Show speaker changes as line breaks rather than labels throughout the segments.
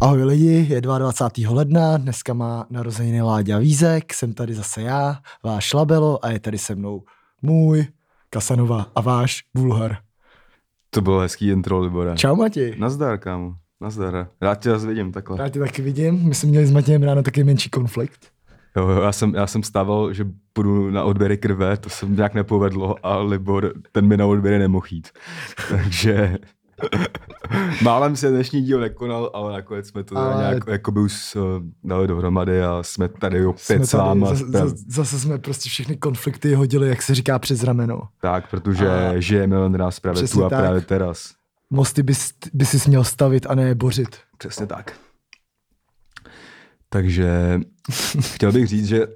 Ahoj lidi, je 22. ledna, dneska má narozeniny Láďa Vízek, jsem tady zase já, váš Labelo a je tady se mnou můj Kasanova a váš Bulhar.
To bylo hezký intro, Libore.
Čau Mati.
Nazdar, kámo. Nazdar. Rád tě zase vidím takhle.
Já tě taky vidím, my jsme měli s Matějem ráno taky menší konflikt.
Jo, jo, já, jsem, já jsem stával, že půjdu na odběry krve, to se mi nějak nepovedlo a Libor, ten mi na odběry nemohl jít. Takže málem se dnešní díl nekonal, ale nakonec jsme to
Ale-
ale... nějak jakoby už eh, dali dohromady a jsme tady opět
Jsme tady,
sám.
zase, zase, zase jsme prostě všechny konflikty hodili, jak se říká, přes rameno.
Tak, protože
A-
žijeme jen nás právě
Přesně
tu a
tak.
právě teraz.
Mosty bys, by si měl stavit a ne bořit.
Přesně tak. Takže chtěl bych říct, že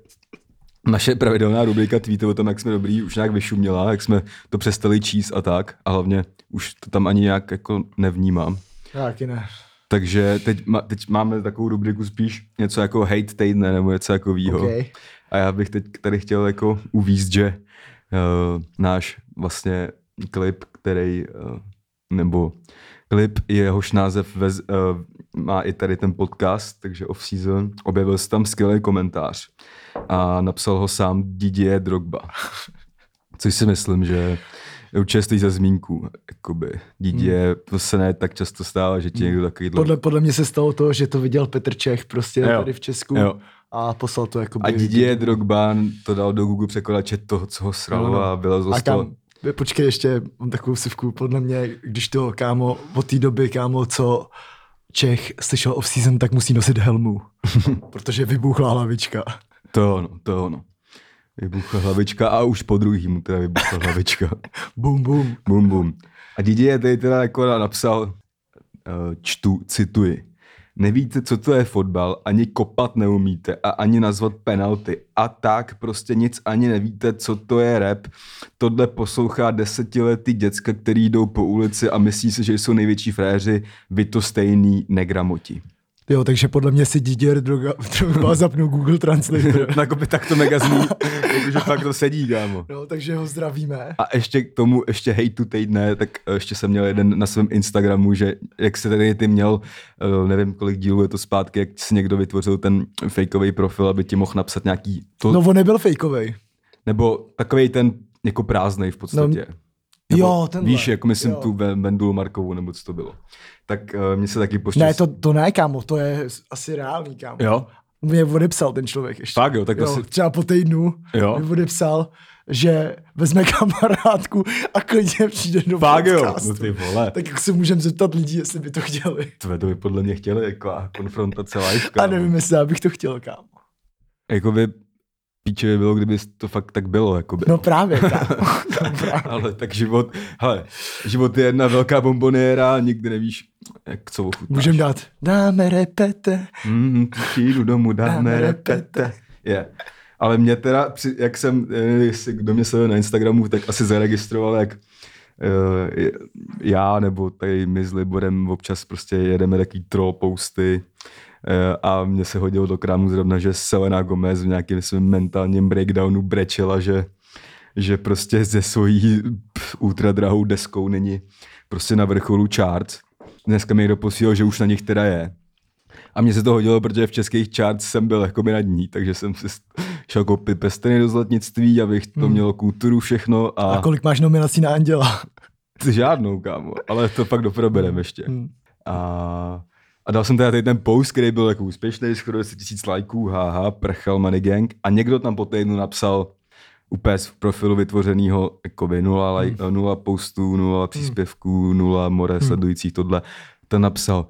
naše pravidelná rubrika tweety o tom, jak jsme dobrý, už nějak vyšuměla, jak jsme to přestali číst a tak. A hlavně už to tam ani nějak jako nevnímám.
Já Taky ne.
Takže teď, ma, teď máme takovou rubriku spíš něco jako hate týdne nebo něco jako výho.
Okay.
A já bych teď tady chtěl jako uvíst, že uh, náš vlastně klip, který, uh, nebo klip, jehož název vez, uh, má i tady ten podcast, takže off-season, objevil se tam skvělý komentář a napsal ho sám Didier Drogba. Což si myslím, že je určitě stojí za zmínku. Jakoby Didier, to se ne tak často stává, že ti někdo takový
Hmm. Podle, podle mě se stalo to, že to viděl Petr Čech prostě
No. Jo.
tady v Česku
Jo.
a poslal to jako
A Didier Drogba to dal do Google překladače toho, co ho sralo
No, no.
a vylezlo
A
z toho.
kam, počkej ještě, mám takovou sivku, podle mě, když to kámo, od té doby kámo, co Čech slyšel off-season, tak musí nosit helmu, protože vybuchla hlavička.
To je ono, to je ono. Vybuchla hlavička a už po druhý mu teda vybuchla hlavička.
Bum, bum.
bum, bum. A Didier tady teda jako napsal, eh, čtu, cituji. Nevíte, co to je fotbal, ani kopat neumíte a ani nazvat penalty. A tak prostě nic ani nevíte, co to je rap. Tohle poslouchá desetiletý děcka, který jdou po ulici a myslí si, že jsou největší fréři. Vy to stejný negramoti.
Jo, takže podle mě si Didier Droga, Droga zapnul Google Translator.
Na kopy tak to mega zní, jakože fakt to sedí, kámo.
No, takže ho zdravíme.
A ještě k tomu, ještě hejtu týdne, tak ještě jsem měl jeden na svém Instagramu, že jak se tady ty měl, eh, nevím kolik dílů je to zpátky, jak si někdo vytvořil ten fakeový profil, aby ti mohl napsat nějaký to,
No,
no,
on nebyl fejkovej.
nebo takový ten jako prázdnej v podstatě. No, nebo,
jo, tenhle,
Víš, jako myslím
jo.
jo. tu Ven- Vendulu Markovou, nebo co to bylo. Tak uh, mě se taky poštěstí.
Ne, to, to ne, kámo, to je asi reálný, kámo.
Jo,
Mě odepsal ten člověk ještě.
fakt jo, tak to
jo,
jo. si...
třeba po týdnu
Jo.
mi odepsal, že vezme kamarádku a klidně přijde do
Fakt jo,
podcastu.
no ty vole.
Tak jak se můžeme zeptat lidí, jestli by to chtěli.
Tve, to by podle mě chtěli jako a konfrontace live.
A
kámo.
nevím, jestli já bych to chtěl, kámo.
Jakoby píče by bylo, kdyby to fakt tak bylo. Jakoby.
No právě, kámo. No právě.
Ale tak život, hele, život je jedna velká bomboniéra, nikdy nevíš, jak co ochutnáš.
Můžem dát, dáme repete.
Mm, jdu domů,
Dáme
dáme repete. Je. Ale mě teda, při- jak jsem, eh, jestli kdo mě sleduje na Instagramu, tak asi zaregistroval, jak eh, já nebo tady my s Liborem občas prostě jedeme takový troll posty eh, a mě se hodilo do krámu zrovna, že Selena Gomez v nějakém svém mentálním breakdownu brečela, že že prostě ze svojí pf, ultradrahou deskou není prostě na vrcholu charts. Dneska mi někdo posílal, že už na nich teda je. A mně se to hodilo, protože v českých charts jsem byl jako by nad ní, takže jsem si s- šel koupit pesteny do zlatnictví, abych to
Hmm.
hmm. mělo kulturu všechno a,
A kolik máš nominací na Anděla?
žádnou, kámo. Ale to pak doproberem ještě.
Hm.
A, a dal jsem teda tady ten post, který byl jako úspěšný, skoro 10 tisíc lajků, haha, prchal Money Gang. A někdo tam po týdnu napsal úplně v profilu vytvořenýho jakoby nula, laj, nula postů, nula příspěvků, nula more sledujících tohle. Ten napsal,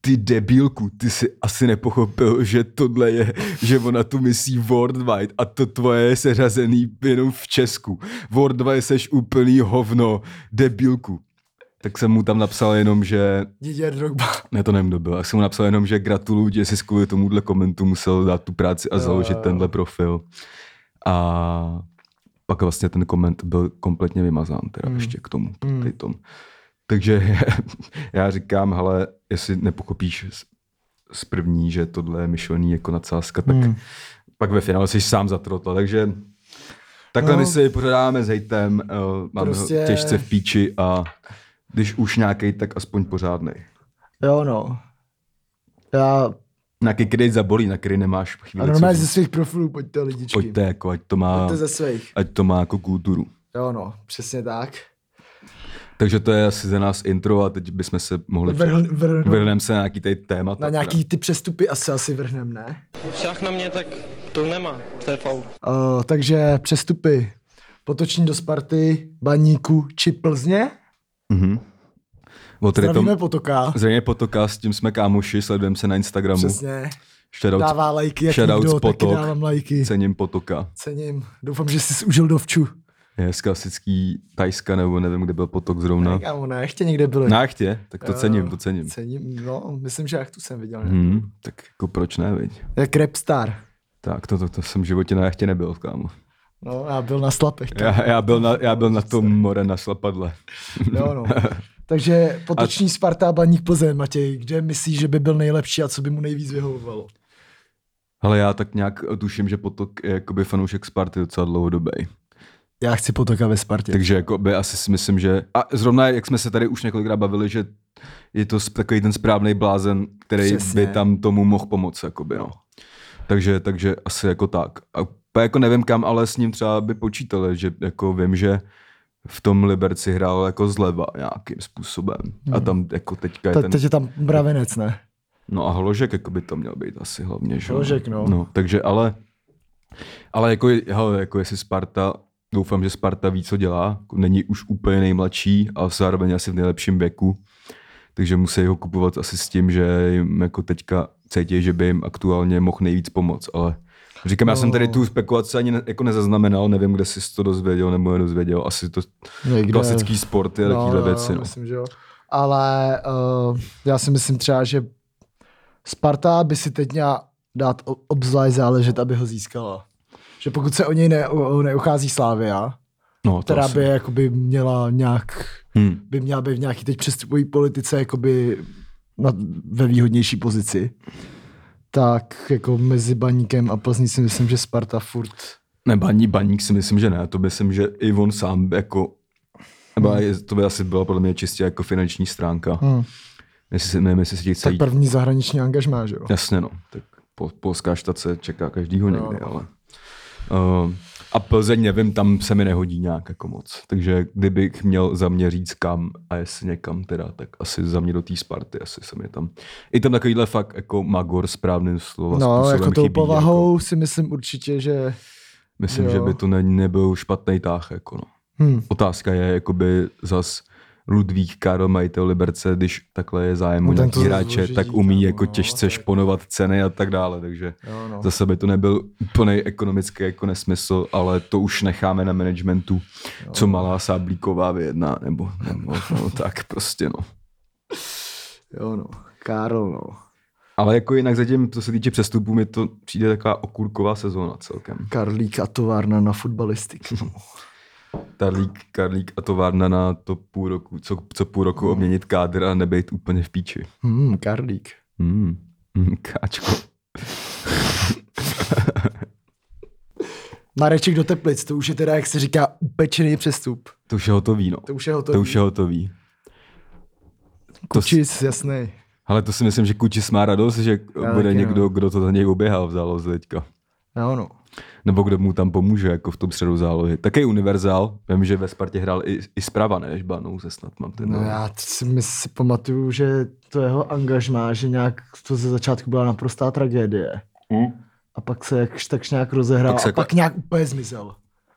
ty debílku, ty si asi nepochopil, že tohle je, že ona tu myslí worldwide a to tvoje je seřazený jenom v Česku. Worldwide seš úplný hovno, debílku. Tak jsem mu tam napsal jenom, že
Didier Drogba.
ne, to nevím, kdo byl. Já jsem mu napsal jenom, že gratuluju, že jsi kvůli tomuhle komentu musel dát tu práci a
Jo,
založit
jo.
tenhle profil. A pak vlastně ten koment byl kompletně vymazán, teda
Hmm.
hmm. ještě k tomu.
Hmm.
Tady tomu. Takže já říkám, hele, jestli nepochopíš z- z první, že tohle je myšlený jako nadsázka, tak
Hmm.
pak ve finále jsi sám zatrotla, takže takhle
No.
no, my si pořádáme s hejtem, eh, máme
Prostě-
prostě... těžce v píči a když už nějaký, tak aspoň pořádnej.
Jo, no. Já,
Na kdy zabolí, na kdy nemáš
a
chvíli. co
normálně
říct.
ze svých profilů pojďte lidičky.
Pojďte, jako, ať to má,
Pojďte ze svých.
ať to má jako kulturu.
Jo no, přesně tak.
Takže to je asi za nás intro a teď bychom se mohli...
Vrhl, vrhl,
Vrhneme se na nějaký tady témata.
na nějaký ty přestupy asi asi vrhnem, ne?
Však na mě, tak to nemá, to je faul.
Uh, takže přestupy. Potoční do Sparty, Baníku či Plzně.
Mm-hmm. O tady tom,
Zdravíme Potoka.
zřejmě potoka, s tím jsme kámoši, sledujeme se na Instagramu.
Přesně.
Shoutout,
Dává lajky, jak
Shoutout
nikdo,
Potok.
taky dávám lajky.
cením No. potoka.
Cením. Doufám, že jsi si užil dovču.
Je z klasický Tajska, nebo nevím, kde byl potok zrovna.
No. Kámo, ne, ještě někde byli.
Na jachtě, tak to
Jo,
cením, to cením.
Cením, no, myslím, že jak tu jsem viděl. Hmm.
Hmm, tak jako proč ne, viď?
Jak Repstar.
Tak to, to, to jsem v životě na jachtě nebyl, kámo.
No, já byl na slapech.
Já, já, byl, na, já byl na tom more na slapadle.
Jo, no. Takže potoční a... Sparta Baník Plzeň, Matěj, kde myslíš, že by byl nejlepší a co by mu nejvíc vyhovovalo?
Ale já tak nějak tuším, že potok je jakoby fanoušek Sparty docela dlouhodobý.
Já chci potoka ve Spartě.
Takže jako by asi si myslím, že... A zrovna, jak jsme se tady už několikrát bavili, že je to sp- takový ten správný blázen, který Přesně.
Přesně.
by tam tomu mohl pomoct, jakoby, no. Takže, takže asi jako tak. A úplně jako nevím kam, ale s ním třeba by počítali, že jako vím, že v tom Liberci hrál jako zleva nějakým způsobem. Hmm. A tam jako teďka je
Ta,
ten...
Teď je tam mravenec, ne?
No a Hložek jako by to měl být asi hlavně, že? jo?
Hložek, no.
no takže ale, ale jako, je- hele, jako jestli Sparta, doufám, že Sparta ví, co dělá, jako není už úplně nejmladší a zároveň asi v nejlepším věku, takže musí ho kupovat asi s tím, že jim jako teďka cítí, že by jim aktuálně mohl nejvíc pomoct, ale Říkám, já jsem tady
No.
tu spekulaci ani ne, jako nezaznamenal, nevím, kde jsi to dozvěděl nebo nedozvěděl. Asi to
Někde.
klasický sport je no, takovýhle věci. No.
Myslím, že jo. Ale uh, já si myslím třeba, že Sparta by si teď měla dát o- obzvlášť záležet, aby ho získala. Že pokud se o něj ne, o, neuchází Slávia,
No, to
která
asi.
by jakoby měla nějak
Hmm.
by měla být v nějaký teď přestupové politice jakoby na, ve výhodnější pozici, tak jako mezi Baníkem a Plzní si myslím, že Sparta furt
Ne, baní, baník si myslím, že ne. To myslím, že i on sám jako... Nebo je- to by asi byla podle mě čistě jako finanční stránka. Hmm.
hmm.
Jestli, si- nevím, jestli si ti chce
tak
jít.
první zahraniční angažmá, že jo?
Jasně no, tak po, polská štace čeká každýho
No.
někdy, ale... Uh, a Plzeň, nevím, tam se mi nehodí nějak jako moc. Takže kdybych měl za mě říct kam a jestli někam teda, tak asi za mě do té Sparty, asi se mi tam... I tam takovýhle fakt jako magor správným slova
No,
způsobem
jako tou
chybí,
povahou si myslím určitě, že
Myslím, jo.
Jo.
že by to ne, nebyl špatný táh. Jako no.
Hmm.
Otázka je, jakoby zas Ludvík Karel majitel Liberce, když takhle je zájem o
No, ten
nějaký
to
hráče,
zložitý,
tak umí
kámo,
jako
no,
těžce
tak.
šponovat ceny a tak dále, takže
jo, no.
zase by to nebyl úplný ekonomický jako nesmysl, ale to už necháme na managementu, co malá sáblíková vyjedná, nebo, nebo no, tak prostě no.
jo, no. Karl, no.
Ale jako jinak zatím, co se týče přestupů, mi to přijde taková okurková sezóna celkem.
Karlík a továrna na no. fotbalistiku.
Karlík, Karlík a továrna na to půl roku, co, co půl roku
No.
obměnit kádr a nebejt úplně v píči.
Hmm, Karlík.
Hmm. Hmm, káčko.
Mareček do Teplic, to už je teda, jak se říká, upečený přestup.
To už je hotový, no.
To už je hotový.
To už je hotový. To, s-
Kučic, jasný.
ale to si myslím, že Kučis má radost, že
Já
bude
taky, no.
někdo, kdo to za něj oběhal v záloze teďka.
Jo, no.
Nebo kdo mu tam pomůže, jako v tom středu zálohy. Také univerzál. Vím, že ve Spartě hrál i, i zprava, ne? Než Banouze snad mám ten.
No já si, my si pamatuju, že to jeho angažmá, že nějak to ze začátku byla naprostá tragédie.
Mm.
A pak se jakž takž nějak rozehrál pak
Pak se
a pak nějak úplně zmizel.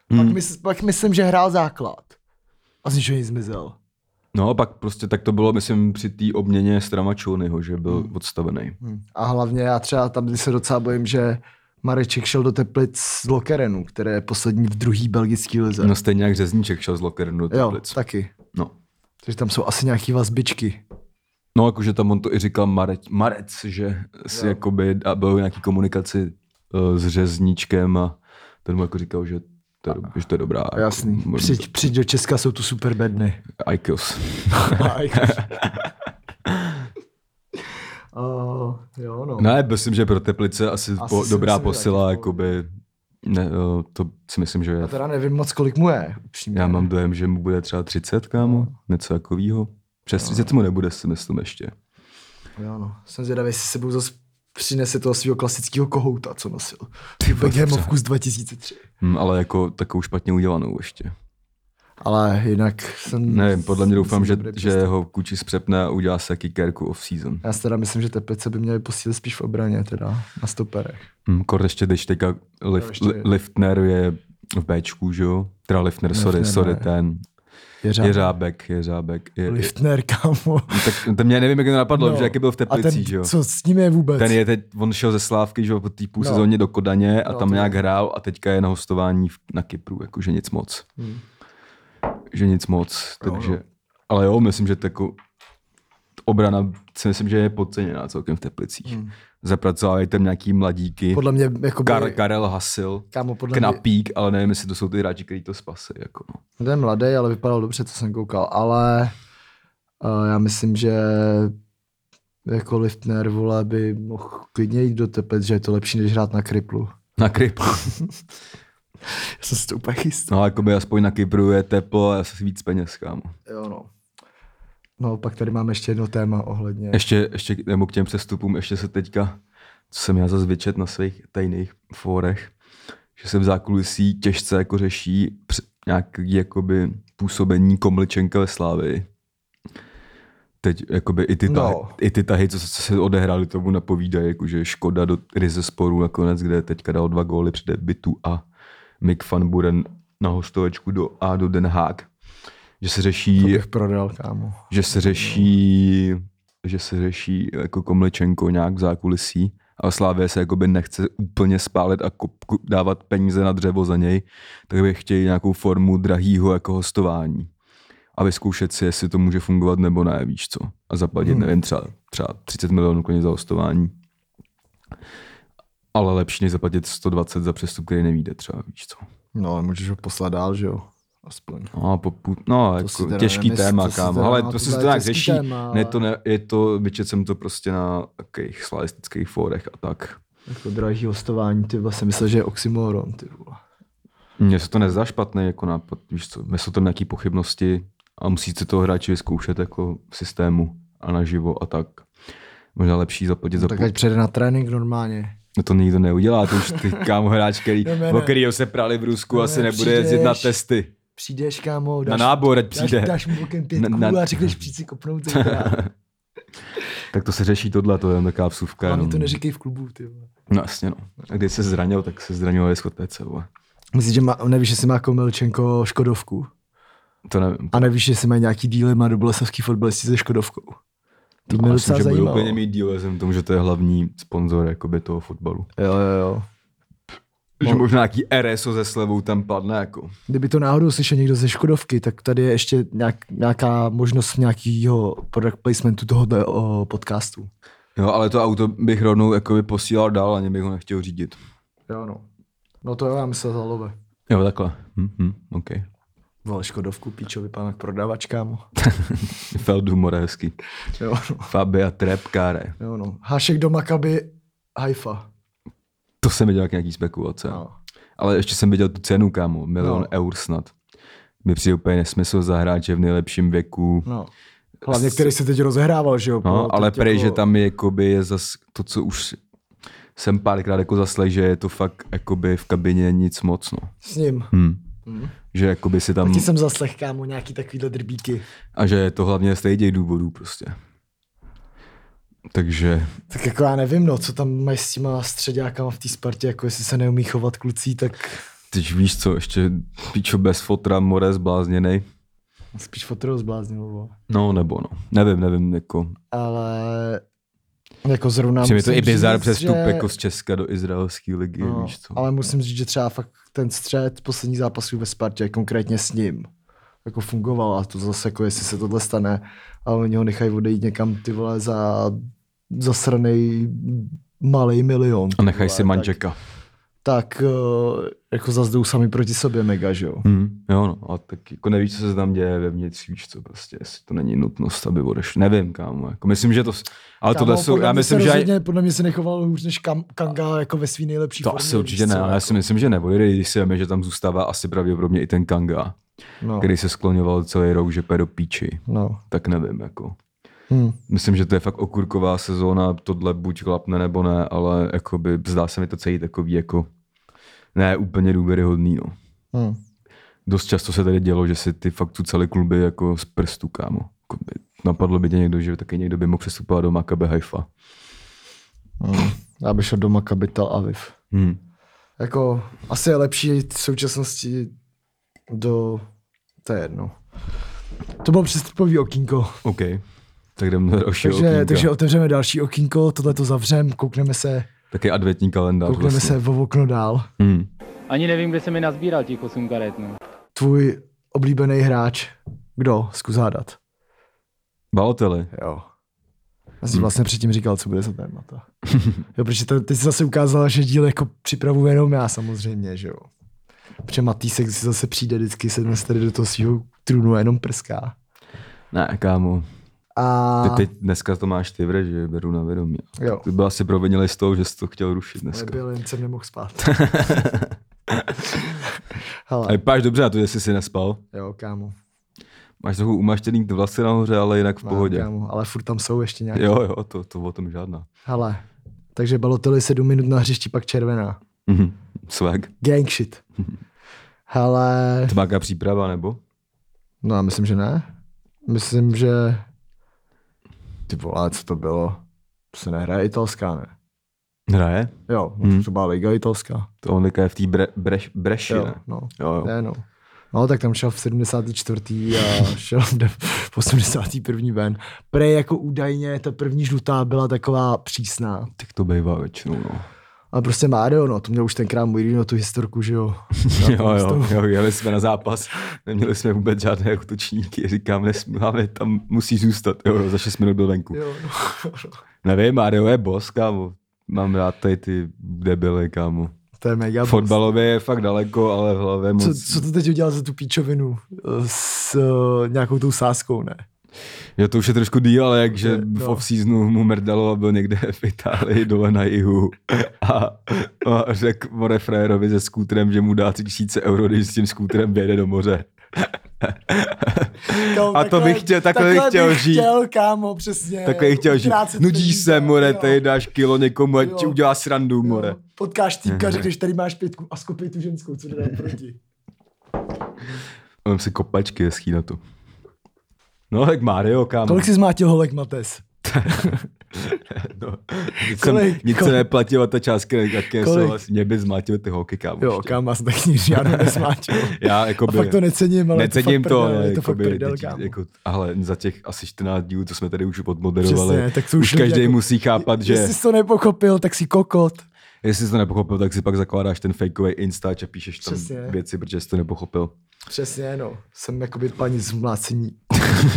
Hmm. Pak, mys, pak myslím, že hrál základ. A z ničeho nic zmizel.
no a pak prostě tak to bylo, myslím, při té obměně Stramačulnyho, že byl odstavený.
Hmm. A hlavně já třeba tam se docela bojím, že Mareček šel do Teplic z Lokerenu, které je poslední v druhý belgický lize.
No stejně jak Řezníček šel z Lokernu do
jo,
Teplic.
taky.
No.
Takže tam jsou asi nějaký vazbičky.
No, jakože tam on to i říkal Marec, Marec že si
Jo.
jakoby, a byl v nějaký komunikaci uh, s řezníčkem a ten mu jako říkal, že to, je dob- že to je dobrá.
Jasný.
Jako,
Přijď, přijď do Česka, jsou tu super bedny.
Aikos.
uh, jo, no.
Ne, myslím, že pro Teplice asi, asi
Asi
po,
si
dobrá
myslím, že
posila,
taky.
jakoby, ne, uh, to si myslím, že
Já
je.
teda nevím moc, kolik mu je. Upřímně.
Já mám dojem, že mu bude třeba 30, kámo, něco takového. Přes 30 mu nebude, si myslím ještě.
Jo, no. Jsem zvědavý, jestli sebou zase přinese toho svého klasického kohouta, co nosil.
Ty vole, dobře.
Beckhamovku z 2003.
Hm, ale jako takovou špatně udělanou ještě.
Ale jinak jsem...
Nevím, podle mě doufám, že,
jsem dobrý
že
přestat.
ho Kuči zpřepne a udělá se kickerku off-season.
Já si teda myslím, že Teplice by měli posílit spíš v obraně, teda na stoperech.
Hm, Kor ještě když teďka lift,
Jo, ještě
li,
je.
Liftner je v Bčku, že jo? Teda Liftner, sorry,
Liftner,
sorry,
ne.
ten.
Jeřáb.
Jeřábek, Jeřábek. Je, je,
Liftner, kámo.
tak to mě nevím, jak to napadlo, no. že jaký byl v
a ten,
Teplicích, že jo?
co s ním je vůbec?
Ten je teď, on šel ze Slávky, že jo, po té půl
No.
no. sezóně do Kodaně a
No,
tam
to
nějak hrál a teďka je na hostování v- na Kypru, jakože nic moc.
Hmm.
Že nic moc,
Jo,
takže...
no.
Ale jo, myslím, že tako, obrana si myslím, že je podceněná celkem v Teplicích. Hmm. Zapracovali tam nějaký mladíky.
Podle mě, jako
Kar, Karel Hasil,
Kámo, podle mě,
Knapík, ale nevím, jestli to jsou ty hráči, který to spasí. Jako no.
ten je mladý, ale vypadal dobře, co jsem koukal, ale uh, já myslím, že jako Liftner, vole, by mohl klidně jít do Tepec, že je to lepší, než hrát na kriplu.
Na Kypru.
Já jsem si to úplně chystal.
No, jakoby aspoň na Kypru je teplo a asi víc peněz, kámo.
Jo, no. No, pak tady máme ještě jedno téma ohledně.
Ještě, ještě nebo k těm přestupům, ještě se teďka, co jsem já zase vyčet na svých tajných fórech, že se v zákulisí těžce jako řeší př- nějaký jakoby působení Komličenka ve Slávii. Teď jakoby i ty,
No.
tahy, i ty tahy, co, co se odehrály, tomu napovídají, jakože škoda do ryze sporu nakonec, kde teďka dal dva góly při debitu a Mick van Buren na hostovečku do A do Den Haag. Že se
to
řeší
bych prodal, kámo.
že se řeší, že se řeší jako Komličenko nějak v zákulisí a Slávě se jakoby nechce úplně spálit a kup, kup, dávat peníze na dřevo za něj, tak by chtěli nějakou formu drahýho jako hostování a vyzkoušet si, jestli to může fungovat nebo ne, víš co. A zaplatit, hmm. nevím, třeba, třeba 30 milionů koně za hostování. Ale lepší, než zaplatit 120 za přestup, který nevíde třeba, víš co.
No, ale můžeš ho poslat dál, že jo? Aspoň.
No, popu... no
si
jako
teda
těžký
nemysl-
téma,
to si
kámo,
teda-
ale
no,
to
to
se
je
to nějak
těžký
řeší.
téma,
Ne,
ale-
to ne, je to, vyčet jsem to prostě na takových slavistických fórech a tak.
Jako drahý hostování, ty vlastně myslel, že je oxymoron, ty vole.
Mně se to nezdá špatné jako nápad, víš co, mně jsou tam nějaké pochybnosti a musíte toho hráči vyzkoušet jako v systému a naživo a tak. Možná lepší zaplatit za
No, tak
půl.
ať přijede na trénink normálně.
No to nikdo neudělá, to už ty kámo hráč, který,
No, ne,
o
ne.
kterýho se prali v Rusku,
No,
asi
ne,
nebude jezdit na
přijdeš.
testy.
Přijdeš, kámo,
Na
dáš,
nábor, ať
dáš,
přijde.
dáš mu bokem pět
Na-
kůl
na-
a řekneš přijď si kopnout zítra.
Tak to se řeší tohle, to je jen taková vsuvka.
Hlavně
jenom.
to neříkej v klubu, ty vole.
No jasně, no. A když se zranil, tak se zranil ve diskotéce, vole.
Myslíš, že má, nevíš, jestli má Komilčenko Škodovku?
To nevím.
A nevíš, jestli mají nějaký díly má do Boleslavský fotbalisti se Škodovkou? To mě
Ale
docela
že budou
zajímalo.
úplně mít díl, vzhledem k tomu, že to je hlavní sponzor jakoby toho fotbalu.
Jo, jo, jo.
No. Že
No.
možná nějaký RSO ze slevou tam padne, jako.
Kdyby to náhodou slyšel někdo ze Škodovky, tak tady je ještě nějak, nějaká možnost nějakého product placementu tohohle o, podcastu.
Jo, ale to auto bych rovnou jakoby posílal dál, ani bych ho nechtěl řídit.
Jo, no. No to jo, já myslel za lobe.
Jo, takhle. Hm, hm, OK.
Vole, Škodovku, píčovi, pánek prodavač, kámo.
Feldhumor je hezký.
Jo, no.
Fabia Trepkáre.
Jo, no. Hášek do Makaby, Haifa.
To jsem viděl jak nějaký spekulace. No. Ale ještě jsem viděl tu cenu, kámo. Milion
No.
no. eur snad. Mi přijde úplně nesmysl za hráče v nejlepším věku.
no. Hlavně, který se teď rozehrával, že jo? jako
No,
po-
ale
teď
prej, že tam je, jakoby, je zas to, co už jsem párkrát jako zaslech, že je to fakt jakoby v kabině nic moc, no.
S ním.
Hm. Že jakoby si tam,
Taky jsem zaslech, kámo, nějaký takovýhle drbíky.
a že je to hlavně z těch důvodů prostě. Takže,
Tak jako já nevím, no, co tam mají s těma středňákama v té Spartě, jako jestli se neumí chovat kluci, tak
teď víš co, ještě píčo bez fotra, more zblázněnej.
spíš fotru zbláznilo. vole.
No nebo no, nevím, nevím, jako.
Ale jako zrovna...
Přijde mi to
musím
i bizar
říct,
přestup
že-
jako z Česka do izraelské ligy,
No,
víš co.
ale musím říct, že třeba fakt ten střed poslední zápasů ve Spartě, konkrétně s ním, jako fungoval a to zase jako jestli se tohle stane a oni ho nechají odejít někam ty vole za zasranej malý milion.
A nechaj si
vole,
manžeka.
Tak, tak eh, jako zazdou sami proti sobě mega, že jo.
Hmm, jo, no, a tak jako nevíš, co se tam děje vevnitř, víš co, prostě, jestli to není nutnost, aby odešel, nevím, kámo, jako myslím, že to, s- ale
Kámo,
tohle jsou,
podle
já
mě
myslím,
se
že
rozhodně,
aj,
podle mě se nechoval hůř než kam, Kanga jako ve svý nejlepší
to
formě,
asi určitě
víš
ne,
co,
ale já si
jako.
myslím, že nebude, když si veme, že tam zůstává asi pravděpodobně i ten Kanga,
no,
který se skloňoval celý rok, že pedo píči,
no,
tak nevím, jako.
Hmm.
Myslím, že to je fakt okurková sezóna, tohle buď klapne nebo ne, ale jakoby, zdá se mi to celý takový jako ne úplně důvěryhodný. No.
Hmm.
Dost často se tady dělo, že si ty fakt tu celé kluby jako z prstu, kámo. Jakoby, napadlo by tě někdo, že taky někdo by mohl přestupovat do Makabe Haifa.
Hmm. Já bych šel do Maccabi Tel Aviv.
Hmm.
Jako, asi je lepší jít v současnosti do... To je jedno. To bylo přestupový okýnko.
OK. Tak jdeme do dalšího
Takže,
okýnka.
takže otevřeme další okýnko, tohle to zavřem, koukneme se,
Taky adventní kalendář
koukneme
vlastně.
se o okno dál.
Hmm.
Ani nevím, kde se mi nazbíral těch 8 karet, no.
Tvůj oblíbený hráč, kdo? Zkus hádat.
Baloteli.
Jo. Já
Hm.
jsem vlastně předtím říkal, co bude za témata. Jo, protože to, ty jsi zase ukázala, že díl jako připravu jenom já samozřejmě, že jo. Protože Matýsek si zase přijde vždycky, sedne se tady do toho svého trůnu a jenom prská.
Ne, kámo.
A
Ty teď dneska to máš ty vre, že beru na vědomí.
Jo.
Ty byl asi provinilý z toho, že jsi to chtěl rušit dneska.
nebyl, jen jsem nemohl spát. Hele,
A vypadáš dobře na to, že jsi si nespal.
jo, kámo.
Máš trochu umaštěný ty vlasy nahoře, ale jinak v
Mám,
pohodě.
Kámo, ale furt tam jsou ještě nějaké.
Jo, jo, to, to o tom žádná.
Hele, takže Balotelli 7 minut na hřišti, pak červená.
Mhm. Swag.
Gang shit. Hele,
To má jaká příprava, nebo?
no já myslím, že ne. Myslím, že... Ty vole, co to bylo? To se nehraje italská, ne?
Hraje?
Jo,
Hmm.
hmm. to byla Liga italská.
To on je v té bre, breš, breši,
Jo,
ne?
no.
Jo, jo.
Ne, no. No, tak tam šel v 74. a šel v de- v 81. ven. Prej jako údajně ta první žlutá byla taková přísná.
Tak to bývá většinou, no.
A prostě Mario, no, to měl už tenkrát Mourinho tu historku, že jo.
Jo, jo, jo, jeli jsme na zápas, neměli jsme vůbec žádné útočníky, říkám, nesmí, máme, tam musí zůstat, jo, jo, za 6 minut byl venku.
jo no.
Nevím, Mario je boss, kámo. Mám rád tady ty debily, kámo.
To je mega.
Fotbalově je fakt daleko, ale v hlavě moc...
Co, co to teď udělal za tu píčovinu eh, s uh, nějakou tou sáskou, ne?
Jo, to už je trošku díl, ale jakže
No.
v off-seasonu mu mrdalo a byl někde v Itálii dole na jihu a, a řekl more frajerovi se skútrem, že mu dá 3000 euro, když s tím skútrem vyjede do moře.
Kámo,
A to bych chtěl- takhle bych chtěl žít.
chtěl, kámo, přesně.
Takhle jich chtěl žít.
Utrácet
Nudíš
peníze,
se, more,
jo.
tady dáš kilo někomu, ať ti
Jo.
udělá srandu, more.
Jo, Potkáš týpka, řekneš, tady máš pětku a skopej tu ženskou, co jde proti.
Mám si kopačky hezký na to. No, tak Mario, kámo.
Kolik jsi zmátil holek, Mates?
No, nic, jsem,
Kolik-
nic se
kolik-
neplatilo, ta částka jak je,
Kolik?
souhlas, mě by zmátily ty holky, kámo.
Jo,
ještě.
kam asi tak nic žádnou nesmátil.
Já jako
A fakt to necením, No, ale je to
Necením
fakt
to,
prdel,
ale
je to fakt
jakoby
prdel,
teď-
kámo.
Jako, ale za těch asi 14 dílů, co jsme tady už odmoderovali,
Přesně, tak to už
už
lidi
každý
jako-
musí chápat, že
Jestli jsi to nepochopil, tak si kokot.
jestli jsi to nepochopil, tak si pak zakládáš ten fakeový Instač a píšeš tam
Přesně.
věci, protože jsi to nepochopil.
Přesně, no. Jsem jakoby paní z mlácení.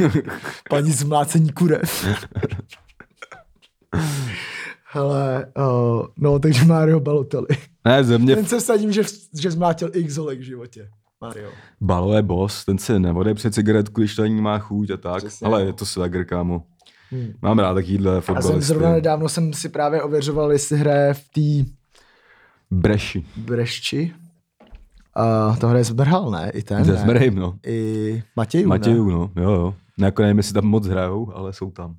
paní z mlácení kurev. Hele, uh, no, takže Mario Balotelli.
Ne, ze mě
Ten se vsadím, že, že zmlátil x holek v životě. Mario.
Balo je boss, ten se nevode před cigaretku, když to ani má chuť a tak.
Přesně.
Ale je to swagger, kámo.
Hmm.
Mám rád takovýhle
Já jsem
fotbalisty.
zrovna nedávno jsem si právě ověřoval, jestli hraje v té
Breši.
Brešči. Uh, to hraje Zbrhal, ne? I ten,
Ze
ne?
Zmerhým, no.
I Matějů, ne?
Matějů, no, jo, jo. No, Jako nevím, jestli tam moc hrajou, ale jsou tam.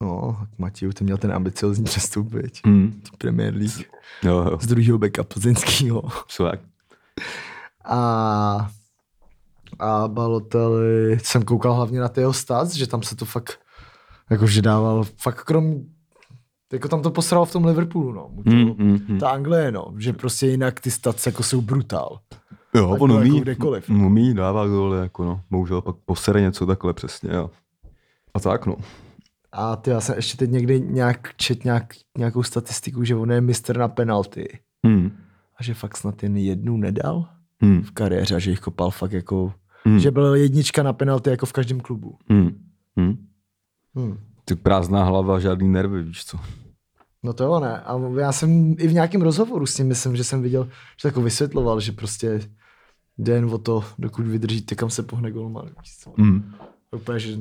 No, Matějů, ten měl ten ambiciozní přestup, viď?
Hmm.
Premier League.
Jo, jo,
Z druhého beka plzeňskýho.
swag.
A, a Balotelli, jsem koukal hlavně na ty jeho stats, že tam se to fakt, jakože dával, fakt krom, jako tam to posral v tom Liverpoolu, no. Mu to-
Hmm, hmm, hmm.
Ta Anglie, no, že prostě jinak ty stats jako jsou brutál.
Jo,
Ať
on
to jako
umí,
kdekoliv.
umí, dává góly, jako no. Bohužel pak posere něco takhle přesně, jo. A tak, no.
A ty, já jsem ještě teď někde nějak čet nějak, nějakou statistiku, že on je mistr na penalty.
Hmm.
A že fakt snad jen jednu nedal
Hmm.
v kariéře a že jich kopal fakt jako...
Hmm.
Hmm. Že byl jednička na penalty jako v každém klubu.
Hmm. Hmm.
Hmm.
Ty prázdná hlava, žádný nervy, víš co.
No to jo, ne. A já jsem i v nějakém rozhovoru s ním, myslím, že jsem viděl, že tak jako vysvětloval, že prostě jde jen o to, dokud vydržíte, kam se pohne golman. víš co.
Hmm.
Úplně, že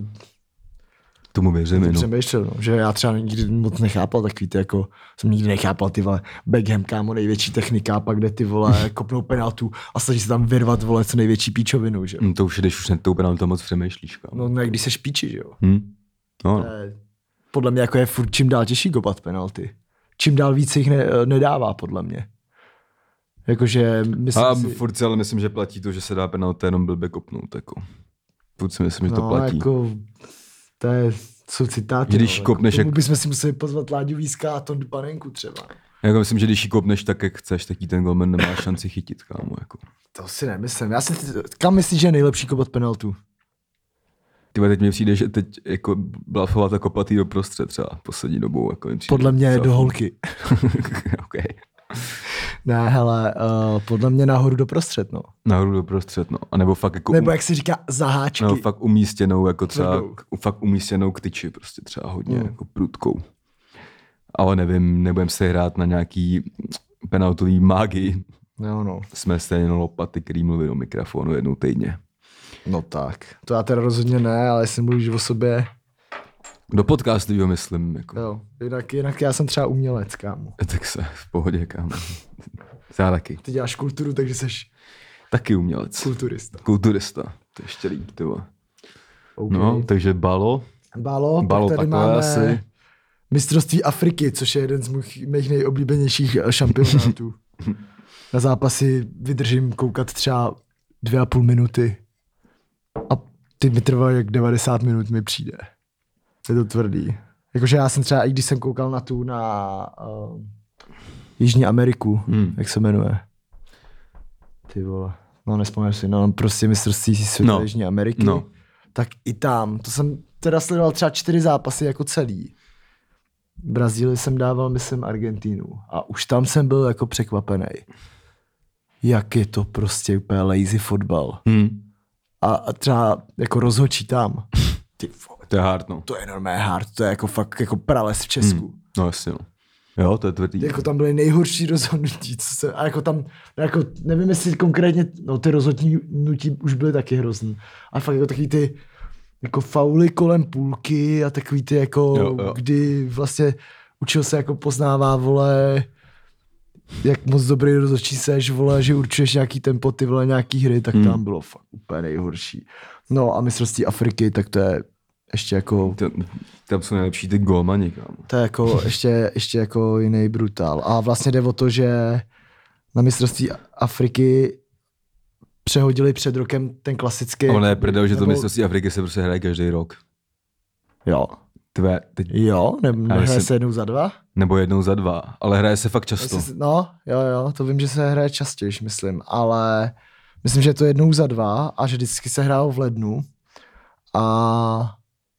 Tomu věřím,
no.
no.
přemýšlel, no. že já třeba nikdy moc nechápal takový ty jako, jsem nikdy nechápal ty vole, Beckham kámo největší technika, pak kde ty vole, kopnou penaltu a snaží se tam vyrvat vole co
Mm.
největší píčovinu, že jo.
Hmm, To už, je, když už ne, to úplně na to moc přemýšlíš, kámo.
No ne, když se špíči, že jo.
Hmm. No,
To
no.
je- Podle mě jako je furt čím dál těžší kopat penalty. Čím dál více jich ne, nedává, podle mě. Jakože myslím
A
si...
furt si ale myslím, že platí to, že se dá penalta jenom blbě kopnout. Jako. Furt si myslím, že to
no,
platí.
jako, to je, jsou citáty.
Když
no,
kopneš
jako, tomu
jak-
bychom si museli pozvat Láďu Víska a Tondu Panenku třeba.
Jako myslím, že když ji kopneš tak, jak chceš, tak ji ten golman nemá šanci chytit, kámo. Jako.
To si nemyslím. Já si, kam myslíš, že je nejlepší kopat penaltu?
Ty vole, teď mi přijde, že teď jako blafovat a kopat jí do prostřed třeba poslední dobou. Jako, mi přijde
Podle mě
docela
do
fun.
holky.
OK.
Ne, hele, uh, podle mě nahoru do prostřed, no.
Nahoru do prostřed, no. A nebo fakt jako...
Nebo
um-
jak se říká, zaháčky.
No, fakt umístěnou, jako třeba,
Tvrdou.
k, fakt umístěnou k tyči, prostě třeba hodně,
Mm.
jako prudkou. Ale nevím, nebudem se hrát na nějaký penaltový mágii.
no, no.
Jsme stejně lopaty, který mluví do mikrofonu jednou týdně.
no tak. To já teda rozhodně ne, ale jestli mluvíš o sobě,
Do podcastového myslím, jako.
jo. Jinak, jinak já jsem třeba umělec, kámo.
Tak se v pohodě, kámo. Já taky.
Ty děláš kulturu, takže jsi
Taky umělec.
kulturista.
Kulturista. To je ještě líp, ty vole.
Okay.
No, takže balo.
Bálo,
Balo
Bálo pak tady
takhle
máme
asi.
asi. mistrovství Afriky, což je jeden z mých, mých nejoblíbenějších eh, šampionátů. Na zápasy vydržím koukat třeba dvě a půl minuty a ty mi trvají jak 90 minut mi přijde. Je to tvrdý. Jakože já jsem třeba, i když jsem koukal na tu na uh, Jižní Ameriku,
Hmm.
hmm. jak se jmenuje. Ty vole. No nespomenu si, no prostě mistrovství světa
No.
no. Jižní Ameriky
No.
tak i tam. To jsem teda sledoval třeba čtyři zápasy jako celý. Brazílii jsem dával, myslím, Argentínu. A už tam jsem byl jako překvapený. Jak je to prostě úplně lazy fotbal.
Hm.
A, a třeba jako rozhočí tam. Ty vole,
To je hard, no.
to je normálně hard, to je jako fakt jako prales v Česku. Hmm.
No jasně, no. Jo, to je tvrdý.
Jako tam byly nejhorší rozhodnutí, co se, a jako tam, jako nevím jestli konkrétně, no ty rozhodnutí už byly taky hrozný, a fakt jako takový ty jako fauly kolem půlky a takový ty jako,
Jo,
jo,
jo.
jo. kdy vlastně učil se jako poznává, vole, jak moc dobrý rozhodčí seš, vole, že určuješ nějaký tempo, ty vole, nějaký hry, tak
Hmm.
hmm. tam bylo fakt úplně nejhorší. No a mistrovství Afriky, tak to je ještě jako
Tam, tam jsou nejlepší ty golmani, kámo.
to je jako ještě, ještě jako jiný brutál. A vlastně jde o to, že na mistrovství Afriky přehodili před rokem ten klasický...
Ale ne, prdel, že to
nebo-
mistrovství Afriky se prostě hraje každý rok.
Jo.
Tvé, teď,
Jo, ne, nehraje
jestli-
se jednou za dva?
nebo jednou za dva, ale hraje se fakt často.
Jestli se- No, jo, jo, to vím, že se hraje častěji, myslím, ale myslím, že je to jednou za dva a že vždycky se hrálo v lednu a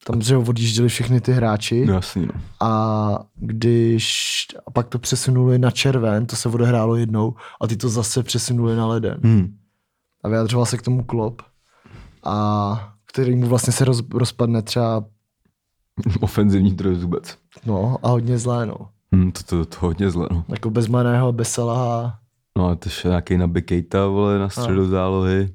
tam, že odjížděli všichni ty hráči.
No jasný, no.
a když a pak to přesunuli na červen, to se odehrálo jednou a ty to zase přesunuli na leden.
Hmm.
A vyjadřoval se k tomu Klopp, a který mu vlastně se roz, rozpadne třeba,
Ofenzivní trojzubec.
no a hodně zlé, no.
Hmm, to, to, to hodně zle, no.
Jako bez Maného, bez Salaha,
No a to je nějaký na Bekejta, vole, na středu zálohy.